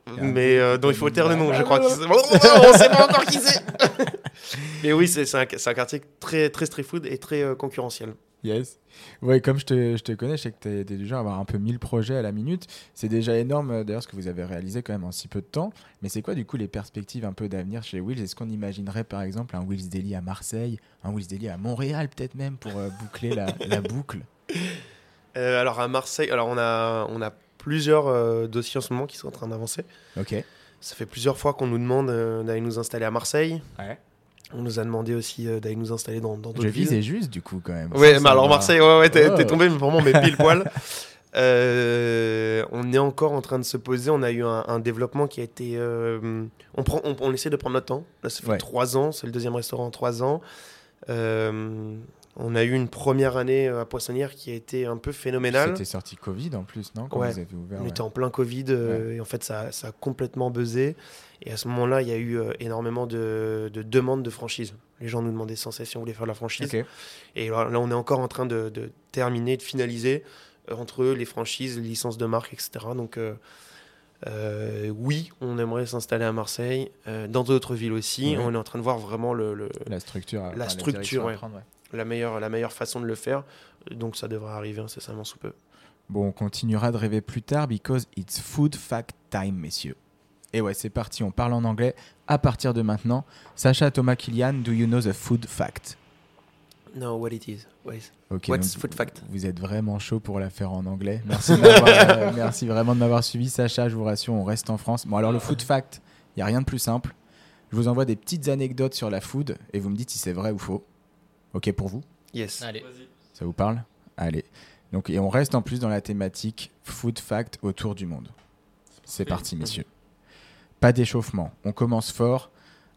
y a un
mais
gars
euh,
qui
dont il faut
donne-
taire le nom, je crois. (laughs) qu'ils- oh, on sait pas encore qui c'est. (laughs) mais oui, c'est c'est un, c'est un quartier très, très street food et très euh, concurrentiel.
Yes. Ouais, comme je te, je te connais, je sais que t'es t'es du genre à avoir un peu 1000 projets à la minute. C'est déjà énorme euh, d'ailleurs ce que vous avez réalisé quand même en si peu de temps. Mais c'est quoi du coup les perspectives un peu d'avenir chez Wills Est-ce qu'on imaginerait par exemple un Wills Daily à Marseille, un Wills Daily à Montréal peut-être même pour euh, boucler
(laughs)
la, la boucle
Euh, alors à Marseille, alors on a, on a plusieurs euh, dossiers en ce moment qui sont en train d'avancer.
Ok.
Ça fait plusieurs fois qu'on nous demande euh, d'aller nous installer à Marseille.
Ouais.
On nous a demandé aussi euh, d'aller nous installer dans dans
Je
d'autres villes.
visais juste du coup quand même.
Ouais,
Ça,
mais
ça
alors
va.
Marseille, ouais, ouais, t'es
Ouais.
t'es tombé mais vraiment mais pile poil. (laughs) Euh, on est encore en train de se poser. On a eu un, un développement qui a été. euh, on, prend, on, on essaie de prendre notre temps. Là, ça fait
Ouais.
trois ans. C'est le deuxième restaurant en trois ans. Euh, on a eu une première année euh, à Poissonnière qui a été un peu phénoménale.
C'était sorti Covid en plus, non Quand
Ouais.
vous avez ouvert.
On
ouais.
était en plein Covid euh, et en fait ça, ça a complètement buzzé. Et à ce moment-là, il y a eu euh, énormément de, de demandes de franchise. Les gens nous demandaient sans cesse si on voulait faire de la franchise.
Ok.
Et là, là, on est encore en train de, de terminer, de finaliser euh, entre les franchises, les licences de marque, etc. Donc, euh, euh, oui, on aimerait s'installer à Marseille, euh, dans d'autres villes aussi.
Ouais.
On est en train de voir vraiment le- le-
La structure. enfin,
structure,
direction à
ouais.
prendre, ouais.
la, meilleure, la meilleure façon de le faire. Donc, ça devrait arriver incessamment sous peu.
Bon, on continuera de rêver plus tard because it's food fact time, messieurs. Et ouais, c'est parti, on parle en anglais à partir de maintenant. Sacha, Thomas, Kilian, do you know the food fact
No, what it is. What is-
Ok,
What's
donc
food fact?
vous êtes vraiment chaud pour la faire en anglais. Merci, de m'avoir, euh, merci vraiment de m'avoir suivi, Sacha, je vous rassure, on reste en France. Bon, alors le food fact, il n'y a rien de plus simple. Je vous envoie des petites anecdotes sur la food et vous me dites si c'est vrai ou faux. Ok pour vous
Yes.
Allez.
Vas-y.
Ça vous parle Allez. Donc, et on reste en plus dans la thématique food fact autour du monde. C'est parti,
parti.
messieurs. Pas d'échauffement. On commence fort.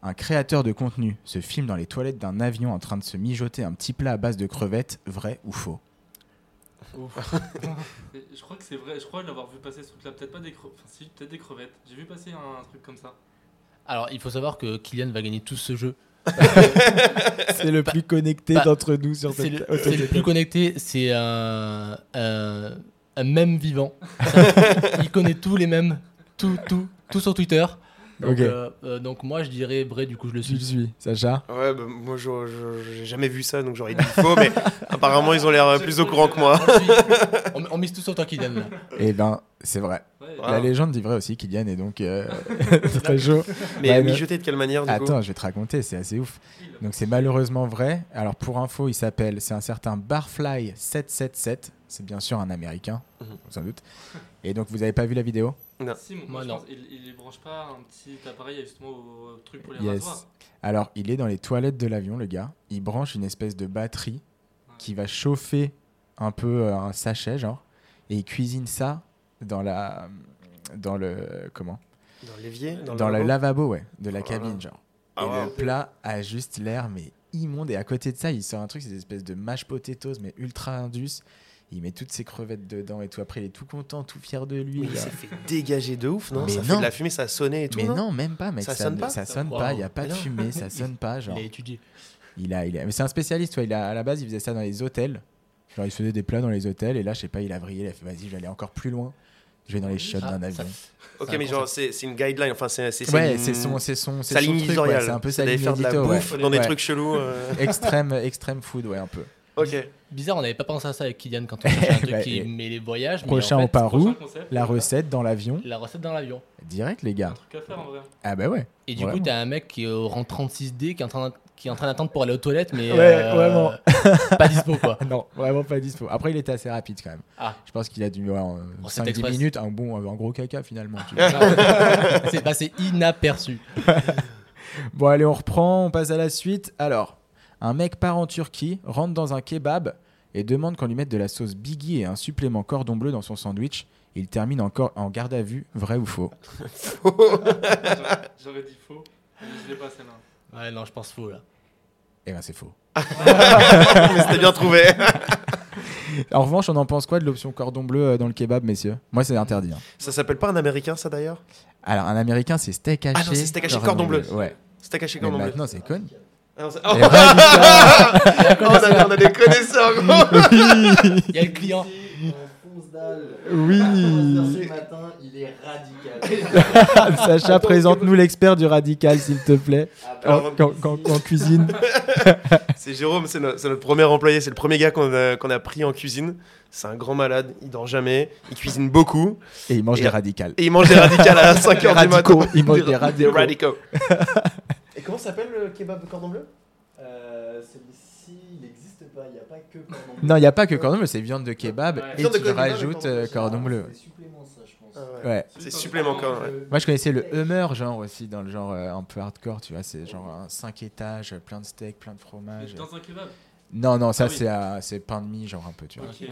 Un créateur de contenu se filme dans les toilettes d'un avion en train de se mijoter un petit plat à base de crevettes, vrai ou faux
Mais Je crois que c'est vrai, je crois l'avoir vu passer ce truc-là, peut-être pas des crevettes, enfin si, peut-être des crevettes. J'ai vu passer un, truc comme ça.
Alors, il faut savoir que Kylian va gagner tout ce jeu.
C'est le plus connecté
pas-
d'entre nous sur
C'est
cette
le,
autour
c'est
de
le
cette
plus
table.
connecté, c'est un, un, (laughs) un mème vivant. il connaît tous les mèmes, tout, tout, tout sur Twitter. (laughs) Donc,
Ok.
euh, euh, donc moi, je dirais vrai, du coup, je le
Tu le
(laughs) suis.
suis, Sacha
Ouais, bah, moi, je- je- j'ai jamais vu ça, donc j'aurais dit faux, mais apparemment, ils ont l'air euh, plus au courant que
Ah,
moi.
on, on mise tout sur toi, Kylian. Là.
Eh ben, c'est vrai.
Ouais.
La légende dit vrai aussi, Kylian, et donc euh, (laughs) c'est très chaud.
Mais
Ouais, mais-
mijoter de quelle manière, du coup
Attends, je vais te raconter, c'est assez ouf. Donc c'est malheureusement vrai. Alors pour info, il s'appelle, c'est un certain Barfly777. C'est bien sûr un Américain,
Mhm.
sans doute. Et donc vous avez pas vu la vidéo
Si, mon
Moi,
je
non.
pense, il, il les branche pas un petit appareil justement au au truc pour les
Yes.
rasoirs.
Alors il est dans les toilettes de l'avion, le gars. Il branche une espèce de batterie qui va chauffer un peu euh, un sachet, genre. Et il cuisine ça dans la... Dans le... Comment
Dans l'évier
Dans,
le
le
lavabo
lavabo, ouais. De la
Oh là là.
cabine, genre.
Ah,
et
ouais.
le plat a juste l'air mais immonde. Et à côté de ça, il sort un truc, c'est des espèces de mashed potatoes mais ultra indus. Il met toutes ses crevettes dedans et tout. Après, il est tout content, tout fier de lui.
Mais il
là.
s'est fait dégager de ouf, non
Mais
Ça fait
non.
de la fumée, ça a sonné et tout.
Mais non, même pas, mec.
Ça sonne
ne-
pas
Ça sonne
Wow.
pas. Il y a pas de
Mais non. (laughs)
fumée, ça sonne pas. Genre,
Il a étudié.
il a, il a- Mais c'est un spécialiste. Ouais. Il a, à la base, il faisait ça dans les hôtels. Genre, il se faisait des plats dans les hôtels. Et là, je sais pas, il a vrillé. Il a fait, vas-y, je vais aller encore plus loin. Je vais dans les shots
Ah,
d'un
ça-
avion.
Ok,
C'est un
mais genre, c'est c'est une guideline, enfin, c'est c'est-
Ouais,
une-
c'est son, c'est son, c'est
sa
son
ligne
truc. ouais,
éditoriale.
C'est un peu sa
d'aller
ligne
faire de la
édito, ouais.
bouffe dans des
Ouais.
trucs chelous. euh.
(laughs) Extrême, extrême food, ouais, un peu.
Ok.
Bizarre, on n'avait pas pensé à ça avec Kylian quand on cherchait (laughs) un truc
Bah,
qui
et-
met les voyages. mais
Prochain
en fait,
au Parou.
Prochain concept,
La recette dans l'avion,
La recette dans l'avion.
direct les
un
gars.
truc à faire en
(laughs)
vrai.
Ah bah ouais.
Et du
Vraiment.
coup, t'as un mec qui est au rang 36D qui est en train, qui est en train d'attendre pour aller aux toilettes, mais euh,
Ouais, vraiment.
(laughs) pas dispo quoi.
Ah Non, vraiment pas dispo. Après, il était assez rapide quand même.
Ah.
Je pense qu'il a dû ouais, en
Bon, c'est
5-10
express.
minutes, un bon, un gros caca finalement. tu vois.
c'est passé inaperçu.
bon, allez, on reprend, on passe à la suite. Alors, un mec part en Turquie, rentre dans un kebab et demande qu'on lui mette de la sauce Biggie et un supplément cordon bleu dans son sandwich. Il termine encore en garde à vue, vrai ou faux
J'aurais- J'aurais dit faux, mais je l'ai pas celle-là.
Ah,
Ouais, non, je pense faux là.
Eh ben, c'est faux.
mais c'était bien trouvé. (laughs)
En revanche, on en pense quoi de l'option cordon bleu euh, dans le kebab, messieurs Moi, c'est interdit. hein.
Ça s'appelle pas un américain, ça d'ailleurs
Alors, un américain, c'est steak haché.
Ah
euh,
non, c'est steak haché cordon bleu.
Ouais.
C'était caché
Mais
comment
maintenant, c'est con.
on a, (laughs)
Eh, radical.
on a des connaisseurs,
(laughs)
gros
Il y a le client.
Oui. (laughs)
Ce matin, il est radical.
Ah, Sacha, présente-nous l'expert du radical, s'il te plaît,
Ah bah,
en, qu'en- qu'en- qu'en cuisine.
C'est Jérôme, c'est no- c'est notre premier employé, c'est le premier gars qu'on a, qu'on a pris en cuisine. C'est un grand malade, il dort jamais, il cuisine beaucoup
Et il mange
Et-
des radicales.
et il mange des
(laughs)
radicales à 5h du
radicaux,
matin.
il mange des
Des
radicaux.
radicaux. Et comment s'appelle le kebab cordon bleu
euh, Celui-ci, il n'existe pas. Il n'y a pas que cordon bleu.
Non, il n'y a pas que cordon bleu, c'est viande de kebab
Ouais.
et
Viande de
tu
kebab et
rajoutes
cordon bleu,
euh, cordon bleu.
C'est des suppléments, ça, je pense.
Ouais.
C'est supplément quand ouais.
Moi, je connaissais le Hummer, genre aussi, dans le genre euh, un peu hardcore, tu vois, c'est genre un 5 étages, euh, plein de steaks, plein de
Mais
fromage.
Dans un kebab.
Non, non, ça,
Ah oui.
c'est à- c'est pain de mie, genre un peu, tu vois.
Ok.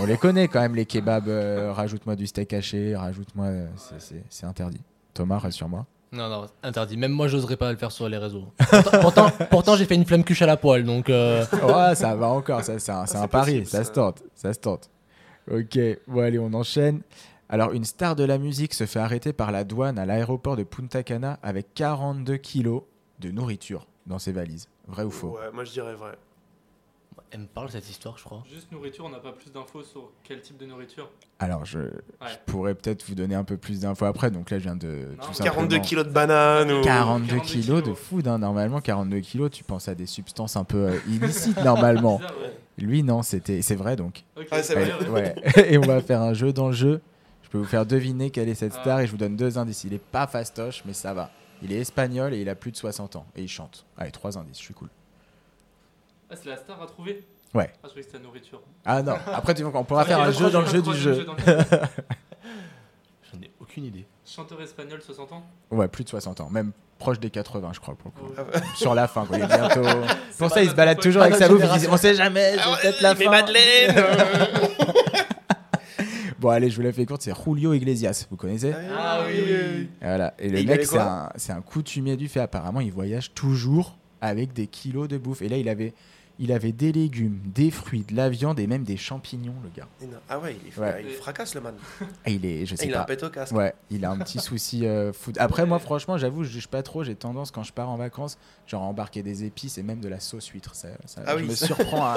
On les connaît quand même, les kebabs. euh, rajoute-moi du steak haché, rajoute-moi. euh, c'est- c'est- C'est interdit. Thomas, rassure-moi.
Non, non, interdit. Même moi, j'oserais pas le faire sur les réseaux. Pourtant, pourtant, pourtant, j'ai fait une flamme cuche à la poêle, donc. euh,
Ouais, ça va encore, ça, c'est un, c'est
Ah, c'est
un pari,
possible,
ça,
ça.
se tente, ça se tente. Ok, bon allez, on enchaîne. Alors, une star de la musique se fait arrêter par la douane à l'aéroport de Punta Cana avec 42 kilos de nourriture dans ses valises. Vrai ou faux
Ouais, moi je dirais vrai.
Elle me parle cette histoire, je crois.
Juste nourriture, on n'a pas plus d'infos sur quel type de nourriture.
Alors, je, je pourrais peut-être vous donner un peu plus d'infos après, donc là, je viens de...
Non,
tout
42
simplement-
kilos de bananes ou...
42
42
kilos de
kilos.
food, hein. normalement 42 kilos, tu penses à des substances un peu euh, illicites
(laughs)
normalement.
Bizarre, ouais.
Lui, non, c'était, c'est vrai donc.
Ok.
Ah, c'est vrai,
Allez, ouais. et on va faire un jeu dans le jeu. Je peux vous faire deviner quelle est cette
Ah.
star et je vous donne deux indices. Il est pas fastoche, mais ça va. Il est espagnol et il a plus de 60 ans. Et il chante. Allez, trois indices, je suis cool.
Ah, c'est la star à trouver
Ouais.
Ah, je croyais que c'était la nourriture.
Ah non, après tu vois qu'on pourra
Ok,
faire un
autre
jeu dans le jeu
autre
du jeu.
dans le jeu.
J'en ai aucune idée.
Chanteur espagnol, 60 ans
Ouais, plus de 60 ans. Même proche des 80, je crois. Pour
Ah
le coup.
Oh.
Sur la fin, quoi. Il est bientôt. Pour
pas
ça, il se
notre
balade
époque.
toujours
Pas
avec sa
notre
bouffe. Il dit,
génération.
on sait jamais, c'est peut-être la
mais
fin.
Madeleine euh.
Bon, allez, je vous la fais courte. C'est Julio Iglesias. Vous connaissez
Ah oui, oui.
Voilà. Et le
Et il
mec,
avait
c'est
quoi
un, c'est un coutumier du fait. Apparemment, il voyage toujours avec des kilos de bouffe. Et là, il avait Il avait des légumes, des fruits, de la viande et même des champignons, le gars.
Ah ouais, il, est-
Ouais.
il fracasse le man.
Et il est, je sais
Il a un hein.
pas.
pète au casque.
Ouais, il a un
(laughs)
petit souci euh, food. Après, moi, franchement, j'avoue, je juge pas trop. J'ai tendance, quand je pars en vacances, genre à embarquer des épices et même de la sauce huître. Ça, ça-
Ah
je
(laughs) oui.
me surprends à,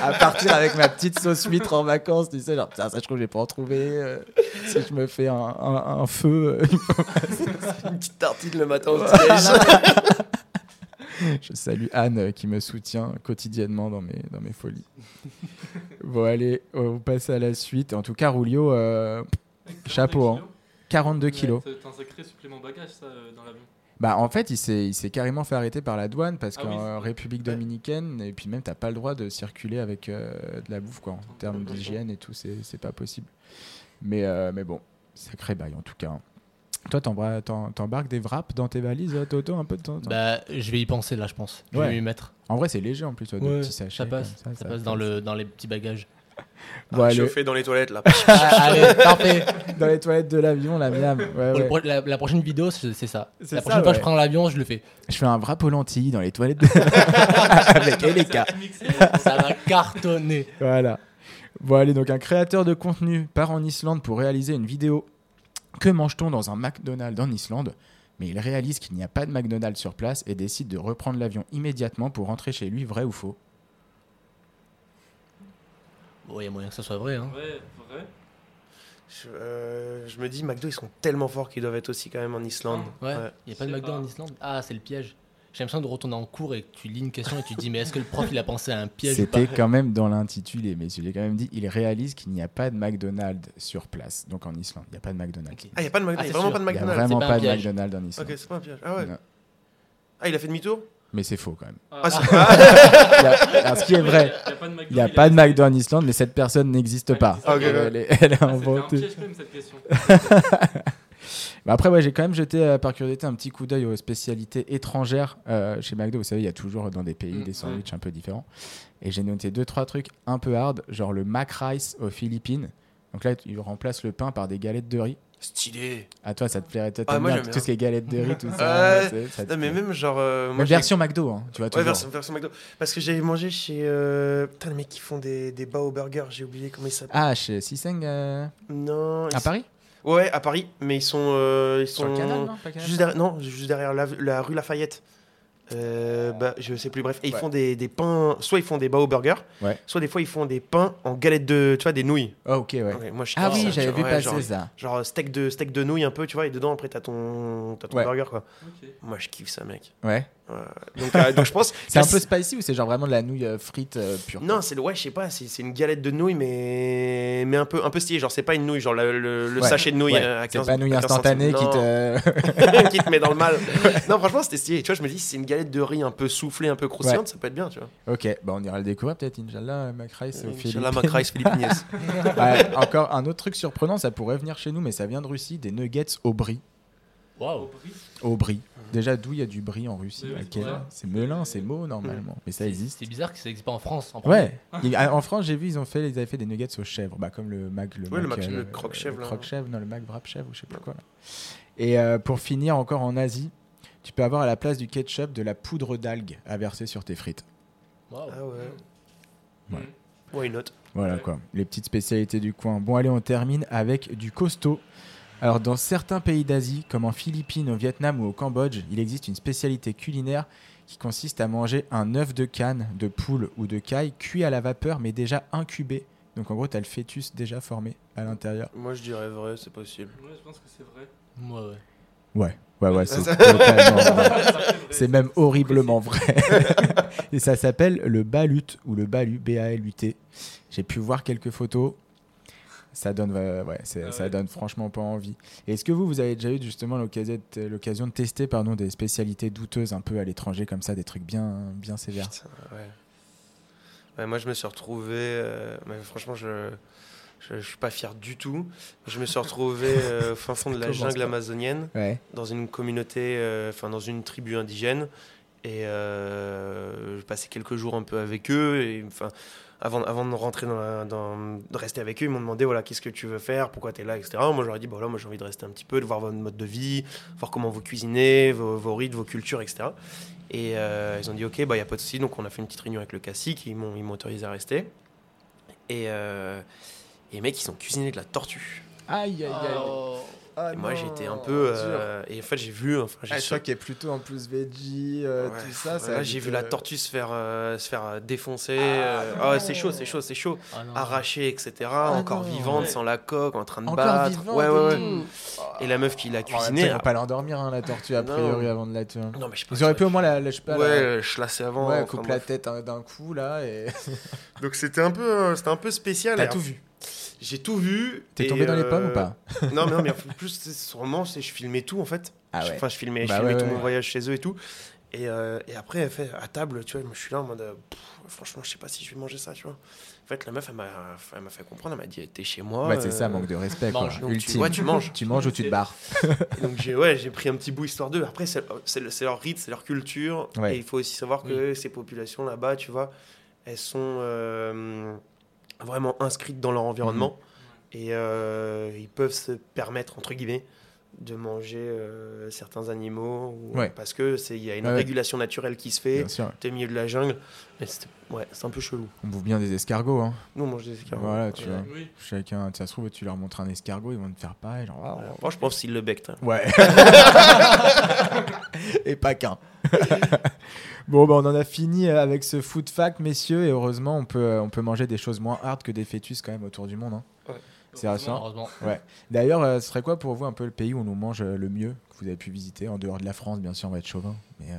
à partir avec ma petite sauce huître en vacances. Tu sais, genre, putain, ça, je trouve que j'ai pas en trouvé. euh, si je me fais un, un- un feu, euh,
Une petite tartine le matin au petit
Je salue Anne euh, qui me soutient quotidiennement dans mes, dans mes
(laughs)
folies. bon, allez, euh, on passe à la suite. En tout cas, Rulio, euh, chapeau, hein. 42 kilos.
C'est un sacré supplément bagage, ça, euh, dans l'avion.
Bah, en fait, il s'est il s'est carrément fait arrêter par la douane parce
Ah oui,
qu'en
c'est-
République dominicaine, et puis même, t'as pas le droit de circuler avec euh, de la bouffe, quoi. En termes d'hygiène et tout, c'est c'est pas possible. Mais, euh, mais bon, sacré bail, en tout cas. hein. Toi, t'embra- t'en- t'embarques des wraps dans tes valises, euh, Toto, un peu de temps en temps
Bah, je vais y penser là, je pense. Je
Ouais.
vais m'y mettre.
En vrai, c'est léger en plus, toi, deux
Ouais,
petits sachets.
ça passe.
comme
Ça passe dans, le, dans les
(laughs)
petits bagages.
Bon, allez.
Chauffé dans les toilettes là.
Ah, allez, parfait.
dans les toilettes de l'avion, la miam. Ouais,
Pour le
ouais.
pro- la, la prochaine vidéo, c'est c'est ça.
C'est ça,
La prochaine fois que
ouais.
je prends l'avion, je le fais.
Je fais un wrap aux lentilles dans les toilettes de-
(laughs)
avec Eleka.
Ça va cartonner.
(laughs) Voilà. Bon, allez, donc un créateur de contenu part en Islande pour réaliser une vidéo. Que mange-t-on dans un McDonald's en Islande Mais il réalise qu'il n'y a pas de McDonald's sur place et décide de reprendre l'avion immédiatement pour rentrer chez lui, vrai ou faux
Bon, il y a moyen que ça soit vrai. Hein.
Ouais, vrai.
Je, euh, je me dis, McDo, ils sont tellement forts qu'ils doivent être aussi quand même en Islande.
Ah, Ouais. Il n'y a pas de
Je sais
McDo
pas.
en Islande Ah, c'est le piège. J'ai l'impression de retourner en cours et que tu lis une question et tu te dis, mais est-ce que le prof il a pensé à un piège ou pas
C'était quand même dans l'intitulé, mais j'ai quand même dit il réalise qu'il n'y a pas de McDonald's sur place, donc en Islande. Il n'y a pas de McDonald's.
Ok.
Ah, il n'y a pas de McDo,
Ah,
il y a
c'est
vraiment
sûr.
pas
Il
de
n'y a
McDonald's.
vraiment
pas un
pas de
piège.
McDonald's en Islande.
Ok, c'est pas un piège. Ah ouais.
Non.
Ah, il a fait demi-tour
Mais c'est faux quand même.
Ah, c'est
Il y a- alors, ce (laughs) qui est vrai,
Il n'y a pas de McDo.
Il n'y a pas de McDo en Islande, mais cette personne n'existe
Ouais,
pas.
c'est ça.
Ok,
elle,
ouais.
est, elle est
Ah, c'était un
inventée.
piège quand même, cette question.
Bah après, ouais, j'ai quand même jeté euh, par curiosité un petit coup d'œil aux spécialités étrangères euh, chez McDo. Vous savez, il y a toujours dans des pays
Mm,
des
ouais.
sandwichs un peu différents. Et j'ai noté deux, trois trucs un peu hard, genre le mac rice aux Philippines. Donc là, ils remplacent le pain par des galettes de riz.
Stylé.
À toi, ça te plairait peut-être
Ah, moi,
bien,
j'aime
tout
bien.
ce qui est galettes de
(laughs)
riz, tout ça.
Ouais.
tu sais, ça te
Non, mais
plaît.
même genre. euh, moi,
Mais
j'ai-
version McDo, hein, tu vois
Ouais,
toujours.
version, version McDo. Parce que j'avais mangé chez. euh, Putain, les mecs qui font des, des bao burgers, j'ai oublié comment ils s'appellent.
Ah, chez Siseng euh,
Non. ils
à
sont-
Paris
Ouais, à Paris, mais ils sont. euh, ils sont...
Sur le canal, non Pas canal
Juste derrière, non, juste derrière la, la rue Lafayette. Euh, bah, je sais plus, bref. Et ils
Ouais.
font des, des pains, soit ils font des bao burgers,
Ouais.
soit des fois ils font des pains en galette de, tu vois, des nouilles.
Ah, ok, ouais.
Ouais, moi, je
Ah
kiffe
oui,
ça,
j'avais
genre,
vu
ouais,
passer
genre,
ça.
Genre euh, steak de, steak de nouilles un peu, tu vois, et dedans après t'as ton, t'as ton
Ouais.
burger quoi.
Ok.
Moi je kiffe ça, mec.
Ouais.
Ouais.
(laughs)
Donc, euh, donc, je pense.
C'est un
que
peu spicy ou c'est genre vraiment de la nouille euh, frite euh, pure
Non, c'est le- ouais, je sais pas, c'est c'est une galette de nouilles, mais, mais un peu, un peu stylé. Genre, c'est pas une nouille, genre le, le- le
Ouais.
sachet de nouilles
Ouais.
euh, à 15
C'est pas nouille
à 15
instantanée qui
centimes. Non.
te.
(laughs) qui te met dans le mal. Non, franchement, c'était stylé. Tu vois, je me dis, c'est une galette de riz un peu soufflée, un peu croustillante, ça peut être bien, tu vois.
(laughs) ok, bah on ira le découvrir peut-être, Inch'Allah, euh, Macrae, c'est au Philippines.
Inch'Allah, Mac Rice Philippines.
(laughs) Ouais, encore un autre truc surprenant, ça pourrait venir chez nous, mais ça vient de Russie, des nuggets au brie. Oh.
Waouh.
Aubry,
Au brie.
Mhm.
Déjà, d'où il y a du brie en Russie
Mais oui,
à
c'est
quel-
bizarre.
C'est Melun, c'est Meaux normalement,
Mhm.
mais ça existe.
C'est bizarre que ça n'existe pas en France. En premier. Ah.
Ouais, Il- à- en France, j'ai vu, ils ont fait, ils avaient fait des nuggets aux chèvres, bah, comme le Mac, le,
Ouais, le
Mac,
Mac-
euh,
le croque-chèvre,
le
là.
croque-chèvre, non, le Mac wrap chèvre, ou je sais plus quoi. là. Et euh, pour finir, encore en Asie, tu peux avoir à la place du ketchup de la poudre d'algues à verser sur tes frites.
Waouh.
Ah ouais.
Ouais.
Why not
Voilà
Ouais.
quoi, les petites spécialités du coin. Bon, allez, on termine avec du costaud. Alors, dans certains pays d'Asie, comme en Philippines, au Vietnam ou au Cambodge, il existe une spécialité culinaire qui consiste à manger un œuf de canne, de poule ou de caille cuit à la vapeur mais déjà incubé. Donc, en gros, t'as le fœtus déjà formé à l'intérieur.
Moi, je dirais vrai, c'est possible.
Ouais, je pense que c'est vrai.
Ouais, ouais.
Ouais, ouais, ouais, c'est
(laughs)
Ça-
totalement (laughs) vrai.
vrai.
C'est même horriblement vrai. (laughs) Et ça s'appelle le balut ou le balut, B-A-L-U-T. J'ai pu voir quelques photos. Ça donne, euh, ouais, c'est-
Ah
ça
ouais.
donne franchement pas envie. Et Est-ce que vous, vous avez déjà eu justement l'occasion de- l'occasion de tester pardon, des spécialités douteuses un peu à l'étranger comme ça, des trucs bien, bien sévères
Putain, ouais. Ouais, moi, je me suis retrouvé. euh, mais franchement, je. Je, je suis pas fier du tout. Je me suis retrouvé euh, au fin
(laughs)
fond de la
commence
jungle
pas.
amazonienne,
Ouais.
dans une communauté, euh, enfin dans une tribu indigène, et euh, je passais quelques jours un peu avec eux. Et enfin, avant, avant de rentrer dans, la- dans- de rester avec eux, ils m'ont demandé voilà, qu'est-ce que tu veux faire, pourquoi tu es là, etc. Moi, j'aurais dit bah, voilà, moi j'ai envie de rester un petit peu, de voir votre mode de vie, voir comment vous cuisinez, vos, vos rites, vos cultures, etc. Et euh, ils ont dit ok, il bah, n'y a pas de souci. Donc, on a fait une petite réunion avec le cacique, ils m'ont ils m'ont autorisé à rester. Et, euh, et mec, ils ont cuisiné de la tortue.
Aïe, aïe, aïe. Ah
Oh. Et moi,
non,
j'étais un peu.
dur.
euh, et en fait, j'ai vu. Enfin, j'ai
Ah, je crois qu'il est plutôt en plus veggie, euh,
Ouais,
tout
pff,
ça. ça
là,
a
j'ai
dû
vu
te-
la tortue se faire, euh, se faire euh, défoncer.
Ah,
euh, ah ouais, c'est
non. Ah
chaud, c'est chaud, c'est chaud.
Ah non.
Arrachée, etc. encore
non.
vivante,
Ouais.
sans la coque, en train de
Encore
battre.
vivante,
ouais, ouais, ouais.
mmh.
Et la meuf qui l'a
Oh,
cuisinée.
ils vont pas l'endormir, hein, la tortue, a
Non.
priori, avant de la tuer.
Non, mais je sais pas,
Ils auraient
ça
pu au moins la, la- je sais pas,
aurait-
la-
Ouais, je lassais avant.
ouais,
enfin,
coupe la
bref.
tête hein, d'un coup, là, et (laughs)
Donc c'était un peu, euh, c'était un peu spécial.
t'as
Et
tout vu.
J'ai tout vu.
T'es
et,
tombé dans les pommes
euh,
ou pas
(laughs) Non, mais non, mais en plus, c'est- sûrement, c'est je filmais tout en fait.
Ah
Je-
ouais.
Enfin, je filmais, je
Bah
filmais
ouais,
tout
ouais.
mon voyage chez eux et tout. Et, euh, et après, elle fait, à table, tu vois, je me suis là en mode, euh, pff, franchement, je sais pas si je vais manger ça, tu vois. En fait, la meuf, elle m'a elle m'a fait comprendre, elle m'a dit, t'es chez moi.
Ouais, c'est
euh,
ça, manque de respect, quoi.
mange,
donc tu-
Ultime.
ouais, tu manges.
Tu manges ou tu te barres.
Et Donc, j'ai ouais, j'ai pris un petit bout histoire d'eux. Après, c'est c'est le- c'est leur rite, c'est leur culture.
Ouais.
Et il faut aussi savoir que ces populations là-bas, tu vois, elles sont euh, vraiment inscrites dans leur environnement.
Mmh.
Et euh, ils peuvent se permettre, entre guillemets, de manger euh, certains animaux. ou- euh,
Ouais.
Parce que c'est- il y a une
Ouais, ouais.
régulation naturelle qui se fait.
Bien sûr.
T'es au milieu de la jungle. Mais c'est ouais, c'est un peu chelou.
On bouffe bien des escargots, hein.
Nous, on mange des escargots.
Voilà, tu vois.
Oui.
Chacun, ça se trouve, tu leur montres un escargot, ils vont te faire pareil. Genre, waouh.
Moi, je pense qu'ils le bectent. hein.
Ouais. (laughs) et pas qu'un. (laughs) bon, bah, on en a fini avec ce food fact, messieurs. Et heureusement, on peut, euh, on peut manger des choses moins hard que des fœtus quand même autour du monde. hein.
Ouais.
C'est rassurant.
Heureusement.
D'ailleurs, euh, ce serait quoi pour vous un peu le pays où on mange euh, le mieux que vous avez pu visiter En dehors de la France, bien sûr, on va être chauvin. Mais euh,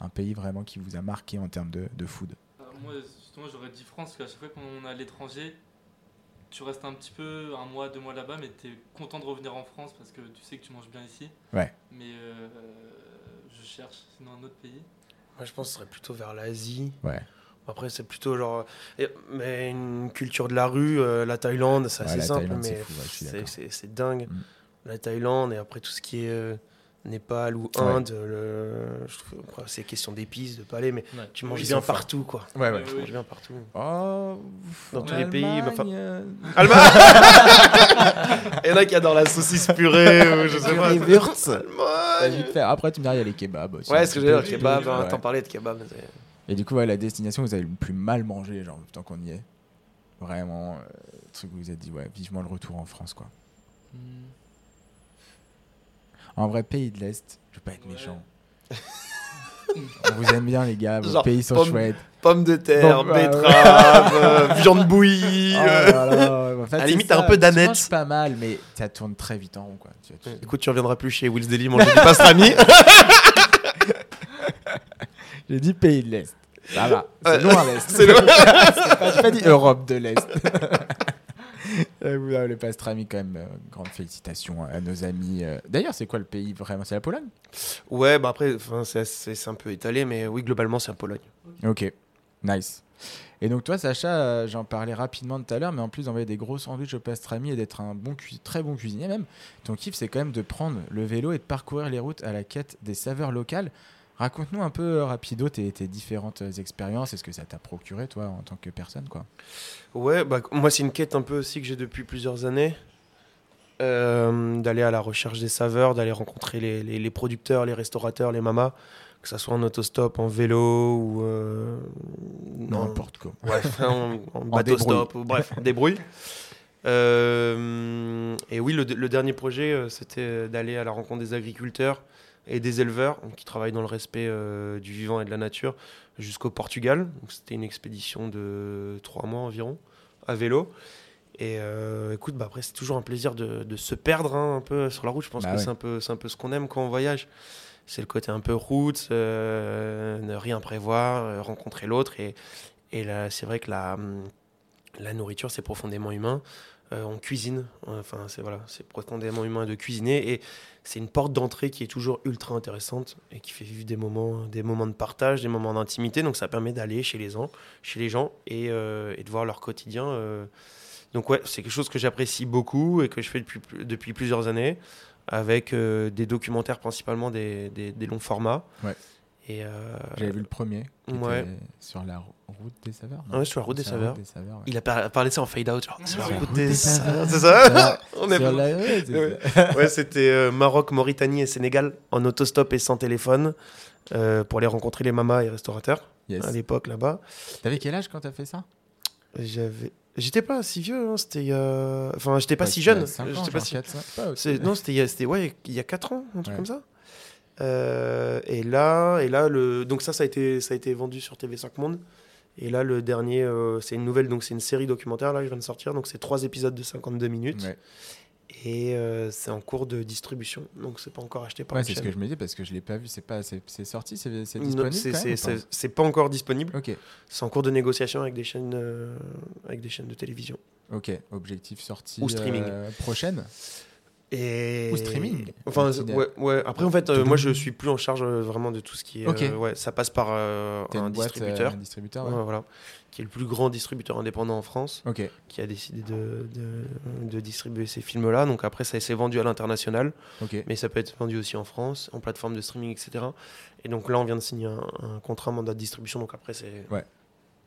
un pays vraiment qui vous a marqué en termes de, de food.
Moi, justement, j'aurais dit France, parce qu'à chaque fois qu'on est à l'étranger, tu restes un petit peu, un mois, deux mois là-bas, mais t'es content de revenir en France parce que tu sais que tu manges bien ici.
Ouais.
Mais euh, je cherche, sinon un autre pays.
Moi, je pense que ce serait plutôt vers l'Asie.
Ouais.
Après, c'est plutôt genre. euh, Mais une culture de la rue, euh, la Thaïlande, c'est
Ouais,
assez
la
simple,
Thaïlande, c'est
mais
fou, ouais, je suis
c'est-
d'accord.
c'est c'est dingue.
Mm.
La Thaïlande, et après tout ce qui est euh, Népal ou
Ouais.
Inde, le- je trouve- après, c'est question d'épices, de palais, mais
(laughs)
Ouais.
tu manges
Ils
bien
sont forts.
partout, quoi.
Ouais,
ouais.
Tu manges
(laughs)
bien partout.
Oh,
Dans
en
tous les pays, bah,
Allemagne,
enfin-
euh,
Allemagne Il y en a qui adorent la saucisse purée, ou je sais
du
pas.
Rewurz. T'as
Allemagne
vite fait. Après, tu me diras, il y a les kebabs aussi.
Ouais, ce que j'ai le kebab, hein,
Ouais.
t'en parlais de kebab. c'est-
Et du coup, ouais, la destination, vous avez le plus mal mangé, genre, tant qu'on y est. Vraiment, euh, le truc où vous avez dit, ouais, vivement le retour en France, quoi. (laughs) En vrai, pays de l'Est, je veux pas être
Ouais.
(laughs)
méchant. On vous aime bien, les gars, vos
Genre,
pays sont
pomme-
chouettes.
Pommes de
Bon,
terre,
bah, ouais.
betterave, euh, viande bouillie.
Oh
euh.
là là, en fait,
(laughs) À la
c'est
limite,
ça,
t'as un peu d'aneth.
Tu manges pas mal, mais ça tourne très vite en rond, quoi. Tu vois, tu-
Écoute, tu reviendras plus chez Will's Deli manger du (laughs) pastrami.
J'ai dit pays de l'Est. Ça
(laughs)
va, c'est
Ouais.
loin l'Est.
C'est loin.
(laughs) C'est pas- J'ai pas dit Europe de
(laughs)
l'Est. Euh, vous, euh, Le pastrami, quand même, euh, grande félicitation à nos amis. euh. D'ailleurs, c'est quoi le pays vraiment C'est la Pologne
Ouais, bah après, enfin, c'est assez- c'est un peu étalé, mais oui, globalement, c'est en Pologne.
Ok, nice. Et donc toi, Sacha, euh, j'en parlais rapidement tout à l'heure, mais en plus d'envoyer des gros sandwichs au pastrami et d'être un bon cui- très bon cuisinier même, ton kiff, c'est quand même de prendre le vélo et de parcourir les routes à la quête des saveurs locales. Raconte-nous un peu, euh, rapido, tes, tes différentes euh, expériences et ce que ça t'a procuré, toi, en tant que personne, quoi.
Ouais, bah moi, c'est une quête un peu aussi que j'ai depuis plusieurs années. Euh, d'aller à la recherche des saveurs, d'aller rencontrer les, les- les producteurs, les restaurateurs, les mamas, que ça soit en autostop, en vélo ou. euh, en-
N'importe quoi.
Ouais, en, en bateau
débrouille.
stop, ou bref, on débrouille. Euh, et oui, le, le dernier projet, euh, c'était d'aller à la rencontre des agriculteurs et des éleveurs donc, qui travaillent dans le respect euh, du vivant et de la nature jusqu'au Portugal. Donc, C'était une expédition de trois mois environ à vélo. Et euh, écoute, bah après, c'est toujours un plaisir de, de se perdre hein, un peu sur la route. Je pense
Bah
que
ouais.
c'est un peu, c'est un peu ce qu'on aime quand on voyage. C'est le côté un peu route, euh, ne rien prévoir, euh, rencontrer l'autre. Et, et là, c'est vrai que la, hum, la nourriture, c'est profondément humain. Euh, on cuisine, enfin, c'est voilà, c'est profondément humain de cuisiner. Et c'est une porte d'entrée qui est toujours ultra intéressante et qui fait vivre des moments, des moments de partage, des moments d'intimité. Donc ça permet d'aller chez les gens, chez les gens et, euh, et de voir leur quotidien. euh. Donc ouais, c'est quelque chose que j'apprécie beaucoup et que je fais depuis, plus- depuis plusieurs années avec euh, des documentaires principalement des, des- des longs formats.
Ouais.
Et euh,
J'avais vu le premier. qui était
ouais.
Sur la rou- route des saveurs. non
Ouais, sur la route des
Sur la
saveurs.
Route des saveurs. ouais. (laughs)
il a par- parlé ça en fade out. genre, c'est la route des
saveurs.
saveurs,
(laughs)
c'est ça On est
Sur
bon.
la- ouais, c'est
(laughs) Ouais.
ça.
Ouais, c'était euh, Maroc, Mauritanie et Sénégal en autostop et sans téléphone euh, pour aller rencontrer les mamas et restaurateurs
Yes.
à l'époque là-bas.
T'avais quel âge quand t'as fait ça
J'avais, j'étais pas si vieux, hein, c'était, euh, enfin, j'étais pas
Ouais,
si
tu as
jeune.
cinq ans,
J'étais pas
genre
si
quatre, cinq- pas aussi.
C'est- non, c'était il y a- c'était- ouais, il y a 4 ans, un truc
Ouais.
comme ça. Euh, et là, et là le, donc ça, ça a, été, ça a été vendu sur TV5 Monde. Et là, le dernier, euh, c'est une nouvelle, donc c'est une série documentaire là, que je viens de sortir. Donc c'est trois épisodes de 52 minutes.
Ouais,
Et euh, c'est en cours de distribution. Donc c'est pas encore acheté par
Ouais,
la
c'est ce que
chaîne.
je me dis parce que je l'ai pas vu. C'est pas, c'est c'est sorti, c'est c'est
Non,
disponible.
c'est-
quand même,
c'est-
ou pas
c'est- C'est pas encore disponible.
Ok,
C'est en cours de négociation avec des chaînes, euh, avec des chaînes de télévision.
ok. Objectif sortie
Ou streaming.
euh, prochaine.
Et...
Ou streaming.
Enfin,
Ou
ouais, ouais. Après, en fait, euh,
Tout
moi,
doux.
je suis plus en charge euh, vraiment de tout ce qui est.
Ok.
euh, ouais, ça passe par euh,
T'as
un
une boîte, euh,
distributeur,
un distributeur. ouais.
Ouais, voilà, qui est le plus grand distributeur indépendant en France,
Ok.
qui a décidé de, de- de distribuer ces films-là. Donc après, ça s'est vendu à l'international,
Ok.
mais ça peut être vendu aussi en France, en plateforme de streaming, etc. Et donc là, on vient de signer un, un contrat mandat de distribution. Donc après, c'est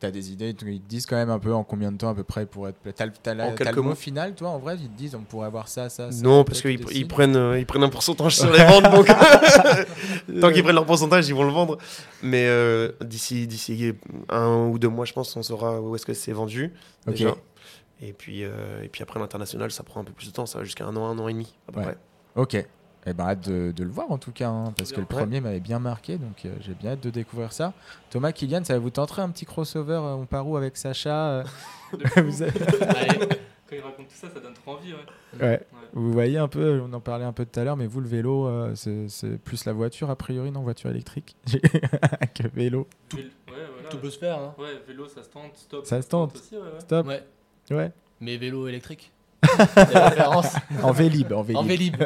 T'as des idées, ils te ils te disent quand même un peu en combien de temps à peu près pour être. T'as le- t'as la-
En
t'as
quelques
le mot
mois.
final, toi, en vrai, ils te disent on pourrait avoir ça, ça, ça.
Non,
Toi,
parce
tu
qu'ils pr- ils
décides.
prennent, euh, ils prennent un pourcentage sur
(laughs)
les ventes. Donc Tant qu'ils prennent leur pourcentage, ils vont le vendre. Mais euh, d'ici d'ici un ou deux mois, je pense, on saura où est-ce que c'est vendu.
Ok.
Déjà. Et puis, euh, et puis après, l'international, ça prend un peu plus de temps. Ça va jusqu'à un an, un an et demi. à peu
Ouais.
près.
Ok. Eh ben, hâte de, de le voir en tout cas, hein, parce que le
Bien.
premier m'avait bien marqué, donc euh, j'ai bien hâte de découvrir ça. Thomas, Kylian, ça va vous tenter un petit crossover euh, On part où avec Sacha euh, (laughs) vous, avez-
Quand il raconte tout ça, ça donne trop envie. Ouais.
Ouais. vous voyez un peu, on en parlait un peu tout à l'heure, mais vous, le vélo, euh, c'est c'est plus la voiture, a priori, non Voiture électrique (laughs) que vélo.
Vélo, ouais, voilà.
Tout peut se faire, hein.
Ouais, vélo, ça se tente, stop.
Ça se tente.
aussi, ouais, ouais.
Stop.
Ouais,
Ouais.
mais
(laughs)
vélo électrique. C'est la référence.
En Vélib. En
En
Vélib.
Vélib.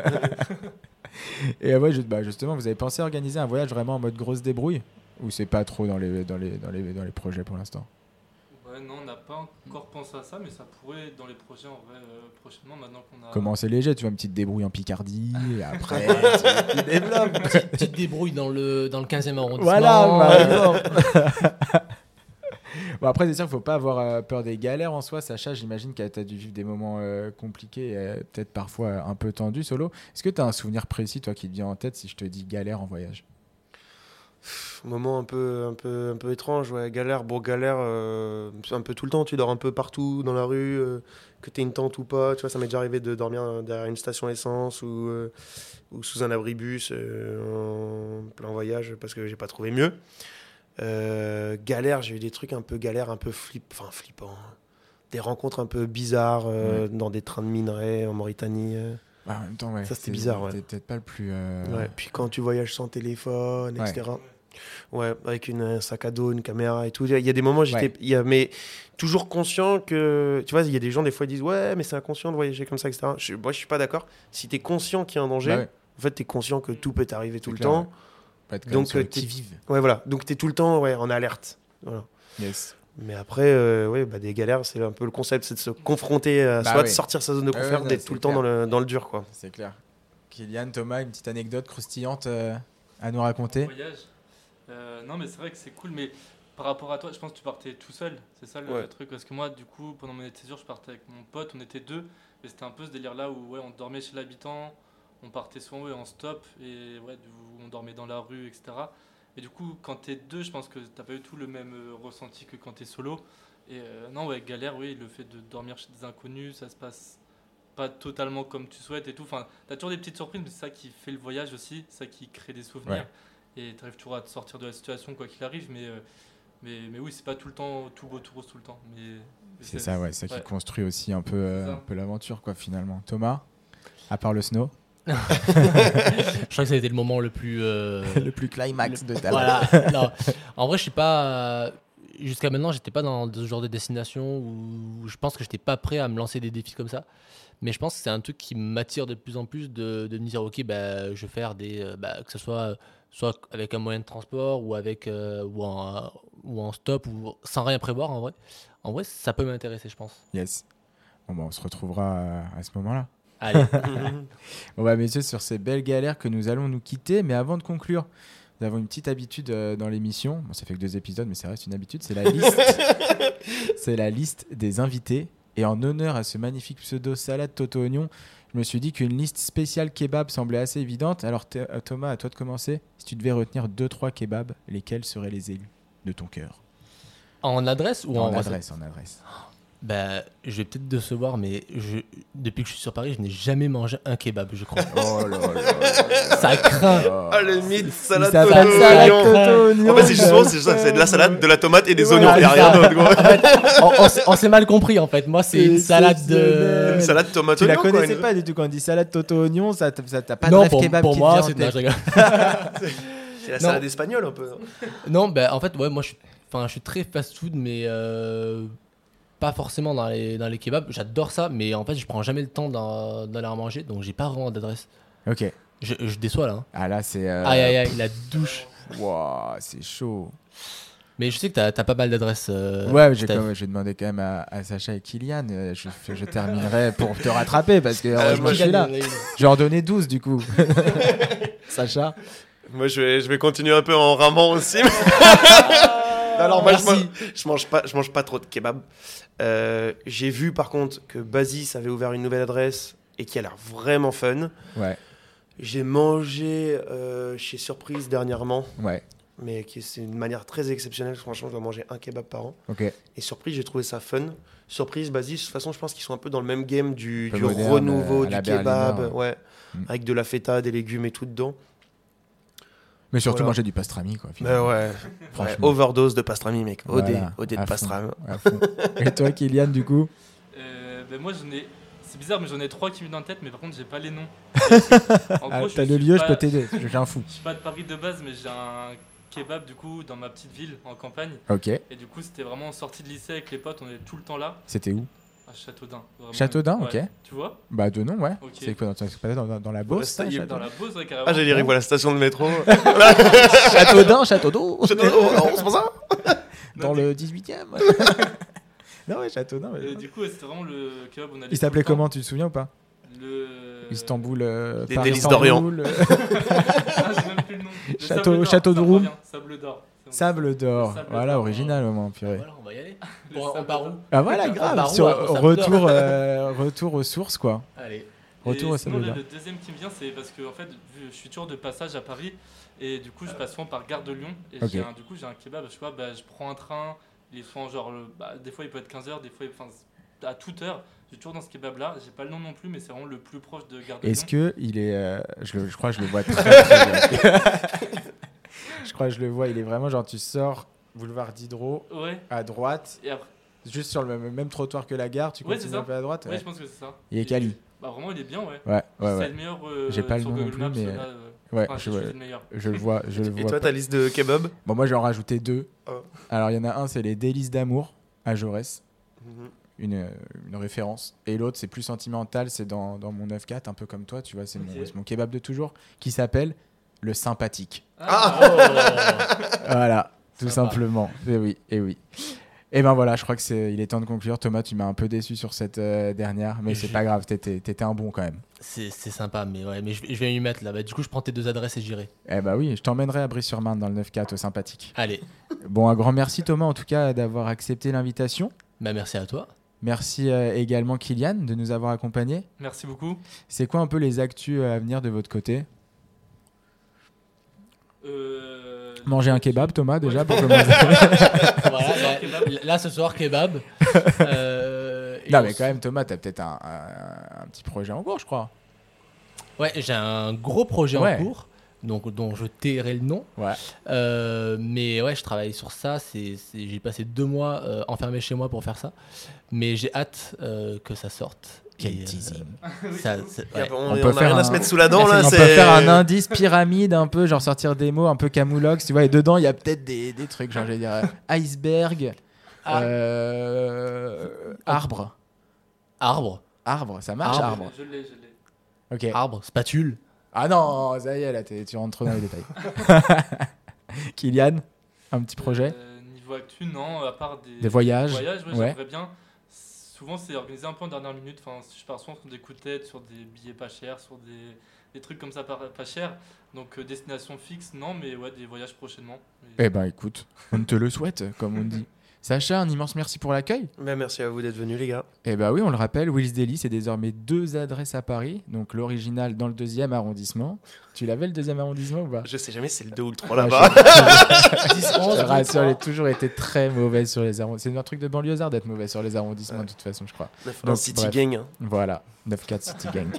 Et euh, ouais, je- bah, justement, vous avez pensé à organiser un voyage vraiment en mode grosse débrouille Ou c'est pas trop dans les, dans les, dans les, dans les projets pour l'instant
Ouais, non, on n'a pas encore pensé à ça, mais ça pourrait être dans les projets en vrai euh, prochainement maintenant qu'on a.
Comment c'est léger, tu vois, une petite débrouille en (laughs) Picardie, et après. tu développes.
Petite, petite débrouille dans le, dans le 15e arrondissement.
Voilà, bah, par (laughs) exemple. Bon, après, c'est sûr qu'il faut pas avoir euh, peur des galères en soi. Sacha, j'imagine que tu as dû vivre des moments euh, compliqués, euh, peut-être parfois euh, un peu tendus solo. Est-ce que tu as un souvenir précis, toi, qui te vient en tête si je te dis galère en voyage
Moment un peu, un peu, un peu étrange. Ouais, galère, bon, galère, euh, c'est un peu tout le temps. Tu dors un peu partout dans la rue, euh, que tu aies une tente ou pas. Tu vois, ça m'est déjà arrivé de dormir euh, derrière une station essence ou, euh, ou sous un abribus euh, en plein voyage parce que j'ai pas trouvé mieux. Euh, galère, j'ai eu des trucs un peu galère, un peu flip, enfin flippant. Des rencontres un peu bizarres euh, dans des trains de minerais en Mauritanie. euh.
Bah, En même temps, ouais.
Ça, c'était
c'est-
bizarre, ouais.
t'es peut-être pas le plus. euh,
Ouais, puis quand tu voyages sans téléphone,
Ouais.
etc. Ouais, avec une, un sac à dos, une caméra et tout. Il y a des moments, j'étais. il y a- Mais toujours conscient que. Tu vois, il y a des gens, des fois, ils disent Ouais, mais c'est inconscient de voyager comme ça, etc. Je- moi, je suis pas d'accord. Si tu es conscient qu'il y a un danger,
bah ouais,
en fait, tu es conscient que tout peut t'arriver tout le
clair,
temps.
pas être
Donc,
Donc,
euh, t'es-
qui vivent.
Ouais, voilà. Donc, tu es tout le temps ouais, en alerte. Voilà.
Yes.
Mais après, euh, ouais, bah, des galères, c'est un peu le concept, c'est de se confronter à
Bah
soi,
ouais.
de sortir sa zone de
Ouais, ouais,
confort,
non,
d'être
c'est
tout le temps dans le, dans le dur, quoi.
C'est clair. Kylian, Thomas, une petite anecdote croustillante euh, à nous raconter
Voyage. Euh, non, mais c'est vrai que c'est cool, mais par rapport à toi, je pense que tu partais tout seul. C'est ça le
Ouais.
truc. Parce que moi, du coup, pendant mon été sûr, je partais avec mon pote, on était deux. Et c'était un peu ce délire-là où ouais, on dormait chez l'habitant, on partait soit en haut et en stop, et ouais, du- on dormait dans la rue, etc. Et du coup, quand t'es deux, je pense que t'as pas du tout le même euh, ressenti que quand t'es solo. Et euh, non, ouais, galère, oui, le fait de dormir chez des inconnus, ça se passe pas totalement comme tu souhaites et tout. Enfin, t'as toujours des petites surprises, mais c'est ça qui fait le voyage aussi, c'est ça qui crée des souvenirs. Et t'arrives toujours à te sortir de la situation, quoi qu'il arrive, mais, euh, mais, mais oui, c'est pas tout le temps tout beau, tout rose tout le temps. Mais, mais
C'est ça, ouais, c'est ça qui
ouais.
construit aussi un peu, euh,
C'est ça.
un peu l'aventure, quoi, finalement. Thomas, à part le snow,
Je crois que ça a été le moment le plus. euh,
bah. plus climax de ta (laughs)
voilà. Non. En vrai, je suis pas. Jusqu'à maintenant, j'étais pas dans ce genre de destination où je pense que j'étais pas prêt à me lancer des défis comme ça. Mais je pense que c'est un truc qui m'attire de plus en plus de, de me dire ok, bah, je vais faire des. euh, bah, que ce soit, soit avec un moyen de transport ou, avec, euh, ou, en, ou en stop ou sans rien prévoir en vrai. En vrai, ça peut m'intéresser, je pense.
Yes. Bon, bah, on se retrouvera euh, à ce moment-là.
Allez,
(laughs) Bon, bah, messieurs, sur ces belles galères que nous allons nous quitter, mais avant de conclure, Nous avons une petite habitude euh, dans l'émission. Bon, ça fait que deux épisodes, mais ça reste une habitude. (laughs) C'est la liste. c'est la liste des invités. Et en honneur à ce magnifique pseudo salade Toto Oignon, je me suis dit qu'une liste spéciale kebab semblait assez évidente. Alors Thé- euh, Thomas, à toi de commencer. Si tu devais retenir deux trois kebabs, lesquels seraient les élus de ton cœur
En adresse ou en,
En
recette
adresse, en adresse.
Bah, je vais peut-être décevoir, mais je... depuis que je suis sur Paris, je n'ai jamais mangé un kebab, je crois.
Oh là là.
(laughs) ça craint.
(laughs)
Ah, le mythe, salade,
Ça
Toto,
va, salade
oignon.
Toto Oignon.
En fait, c'est justement, c'est ça, c'est de la salade, de la tomate et des
Voilà,
oignons. Il n'y a
c'est
rien
ça.
d'autre, gros.
on on s'est- on s'est mal compris en fait. Moi, c'est une salade de.
Exceptionnel.
Une (laughs) salade tomate
Tu la
oignon, quoi,
connaissais
une-
pas du tout quand on dit salade Toto Oignon, ça t- ça- t'as pas de
non,
rêve
pour,
kebab
pour
qui te vient
moi,
en
c'est. Non,
tête.
je rigole.
C'est la
Non.
salade espagnole, un peu. hein. non
Non, bah, en fait, ouais, moi, je suis, enfin, je suis très fast-food, mais euh, pas forcément dans les, dans les kebabs. J'adore ça, mais en fait, je prends jamais le temps d'en d'en aller en manger, donc j'ai pas vraiment d'adresse.
Ok.
Je, je déçois là. hein.
Ah là, c'est. euh,
Aïe, aïe, aïe, la douche.
Wouah, c'est chaud.
Mais je sais que t'as as pas mal d'adresses. euh,
ouais, j'ai
Steph.
quand- j'ai demandé quand même à, à Sacha et Kylian. euh, Je, je terminerai pour te rattraper parce que
Ah,
euh,
moi,
je suis là. Je vais en donner 12 du
(laughs)
coup. Sacha
Moi, je vais, je vais continuer un peu en
(laughs)
ramant aussi. (laughs) Alors, moi, je mange, je mange pas, je mange pas trop de kebab. Euh, J'ai vu, par contre, que Basis avait ouvert une nouvelle adresse et qui a l'air vraiment fun.
Ouais,
J'ai mangé euh, chez Surprise dernièrement,
ouais,
mais qui c'est une manière très exceptionnelle. Franchement, je dois manger un kebab par an.
ok.
Et Surprise, j'ai trouvé ça fun. Surprise, Basis, de toute façon, je pense qu'ils sont un peu dans le même game du,
Peu
du
moderne,
renouveau,
euh, à la
du
Berliner,
kebab,
ouais.
ouais,
Mm.
avec de la feta, des légumes et tout dedans.
Mais surtout
Voilà.
manger du pastrami quoi.
Mais
finalement.
ouais, ouais,
Franchement.
overdose de pastrami, mec. OD,
Voilà,
OD
à
de
fond.
pastrami.
à fond. Et toi Kylian du coup
Euh, ben moi, j'en ai. C'est bizarre, mais j'en ai trois qui me viennent en tête, mais par contre, j'ai pas les
(laughs)
noms. En
Ah,
gros,
T'as
suis
le lieu,
pas-
je peux t'aider. J'ai un fou.
Je suis pas de Paris de base, mais j'ai un kebab du coup dans ma petite ville en campagne.
Ok,
Et du coup, c'était vraiment en sortie de lycée avec les potes, on était tout le temps là,
c'était où
à Châteaudun. vraiment.
Châteaudun, ok.
Ouais, Tu vois
Bah de nom, ouais.
Ok.
C'est quoi dans, c'est pas dans, dans- dans la Beauce
ça y est,
ça,
Dans la Beauce, ouais, carrément.
Ah, j'allais dire, voilà, station de (laughs) métro.
Châteaudun, Château d'eau
Château d'eau, alors, oh, c'est pour ça
(laughs) Dans le 18 e
(laughs)
Non ouais, Châteaudun. ouais.
Et Euh, du coup, ouais, c'était vraiment le kebab où on
Il
allait. tout le
s'appelait
temps.
comment, tu te souviens ou pas
Le.
Istanbul, euh,
Les
Paris,
délices
Istanbul,
d'Orient.
euh, (laughs)
Ah, j'ai même plus le nom. Le
Château-
Sable d'Or,
Château
ça
de
me
Roum.
revient, Sable d'or. c'est bon.
Sable d'or.
Sable
Voilà,
d'Or.
original au moins, purée.
Voilà, on va y (laughs) aller.
Le
On, on
Sable
part
d'Or.
où
Ah voilà,
D'accord.
grave.
Bah,
sur-
ouais, Sable
retour,
(laughs)
euh, retour aux sources, quoi.
Allez.
Et
Retour au
sinon,
Sable
là,
d'or.
le deuxième qui me vient, c'est parce que en fait, vu- je suis toujours de passage à Paris et du coup, je passe souvent par Gare de Lyon. Et
Ok.
j'ai un- du coup, j'ai un kebab, je vois, bah, je prends un train, il est souvent genre, le- bah, des fois il peut être 15h, des fois il- enfin, à toute heure. Je suis toujours dans ce kebab là, j'ai pas le nom non plus, mais c'est vraiment le plus proche de Gare de
Est-ce
Lyon.
que il est. euh, je, le- je crois que je le
(laughs)
vois très, très bien. (laughs) je crois que je le vois. Il est vraiment genre, tu sors boulevard Diderot
Ouais,
à droite,
et après,
juste sur le même, même trottoir que la gare. Tu
Ouais, c'est
continues
ça.
un peu à droite.
ouais,
ouais.
je pense que c'est ça.
Il est
Et-
quali.
Bah, vraiment, il est bien, ouais.
Ouais, ouais,
c'est
ouais.
le meilleur. euh,
J'ai pas le
sur
nom non
Google
plus,
Maps,
mais-
là, euh,
Ouais,
enfin,
je,
je
vois-
choisis le meilleur.
je le vois, je le
Et
vois. pas.
toi, ta liste de kebab
Bon, moi, j'en rajoutais deux.
Oh.
Alors, il y en a un, c'est les délices d'amour à Jaurès, une, euh, une référence. Et l'autre, c'est plus sentimental, c'est dans, dans mon 9-4, un peu comme toi, tu vois, c'est mon,
Ok.
c'est mon kebab de toujours, qui s'appelle le sympathique. (laughs)
Ah,
Euh,
voilà, tout
Sympa.
simplement. Et oui, et oui. Et ben voilà, je crois que c'est, il est temps de conclure. Thomas, tu m'as un peu déçu sur cette euh, dernière, mais c'est
J'ai-
pas grave, t'étais, t'étais un bon quand même.
C'est c'est sympa, mais ouais, mais je, vais- je vais y mettre là. Bah, du coup, je prends tes deux adresses et j'irai.
Eh ben oui, je t'emmènerai à Brie-sur-Marne dans le 9-4 au sympathique.
Allez,
Bon, un grand merci Thomas en tout cas d'avoir accepté l'invitation.
bah merci à toi.
Merci euh, également Kylian de nous avoir accompagnés.
Merci beaucoup.
C'est quoi un peu les actus euh, à venir de votre côté
Euh,
Manger un
donc, (laughs)
kebab Thomas déjà
Ouais.
pour commencer.
Voilà,
(laughs) Ce
bah,
soir, kebab.
là, ce soir,
(laughs)
kebab. Euh,
(laughs)
et
non
on
mais
s-
quand même Thomas, t'as peut-être un, un- un petit projet en cours je crois.
Ouais, j'ai un gros projet
Ouais.
en cours, donc, dont je tairai le nom.
Ouais.
Euh, mais ouais, je travaille sur ça. c'est c'est- J'ai passé deux mois euh, enfermé chez moi pour faire ça. Mais j'ai hâte euh, que ça sorte. Et, euh, ça- ça-
Ah
Y a
ouais.
pas- On,
On
on
peut
a
faire
rien
un-
à se mettre sous la dent,
On
là.
On peut
c'est-
faire un indice pyramide un peu, genre sortir des mots un peu camoulox, tu vois, et dedans il y a peut-être des, des trucs, genre je vais dire euh, iceberg,
Ah.
euh, arbre.
Arbre,
Arbre, ça marche arbre.
Arbre.
Je l'ai, je l'ai.
Ok.
arbre, spatule.
Ah non, ça y est, là, t'es- tu rentres trop dans les détails. (laughs) Kylian, un petit projet
Euh, Niveau actu, non, à part des,
Des voyages
Euh, voyages, ouais,
ouais.
j'aimerais bien. Souvent, c'est organisé un peu en dernière minute. Enfin, je pars souvent sur des coups de tête, sur des billets pas chers, sur des, des trucs comme ça pas, pas cher. Donc euh, destination fixe, non, mais ouais, des voyages prochainement. Et-
Eh ben écoute, on te le souhaite, comme on dit. Sacha, un immense merci pour l'accueil.
Ben, merci à vous d'être venus, les gars.
Eh ben oui, on le rappelle, Will's Daily, c'est désormais deux adresses à Paris. Donc l'original dans le deuxième arrondissement. Tu l'avais le deuxième arrondissement ou pas
Je sais jamais si c'est le 2 ou le 3
Ah,
là-bas.
je- Je te rassure, elle a toujours été très mauvaise sur les arrondissements. C'est un truc de banlieusard d'être mauvaise sur les arrondissements,
Ouais.
de toute façon, je crois.
Neuf,
Donc,
un City
bref.
Gang. hein.
Voilà, 9-4 City Gang.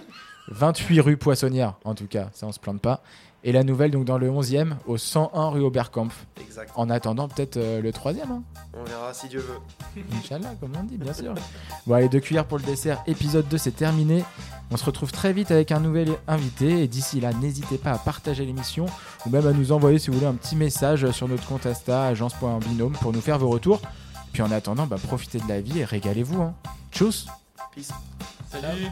28 rue Poissonnière, en tout cas, ça on se plaint pas. Et la nouvelle, donc dans le 11e, au 101 rue Oberkampf.
Exact.
En attendant, peut-être euh, le 3e, hein.
On verra si Dieu veut.
Inch'Allah, comme on dit, bien sûr. Bon, allez, deux cuillères pour le dessert, épisode 2, c'est terminé. On se retrouve très vite avec un nouvel invité. Et d'ici là, n'hésitez pas à partager l'émission ou même à nous envoyer, si vous voulez, un petit message sur notre compte Insta, agence.binôme, pour nous faire vos retours. Puis en attendant, bah, profitez de la vie et régalez-vous. Hein. Tchuss
Peace.
Salut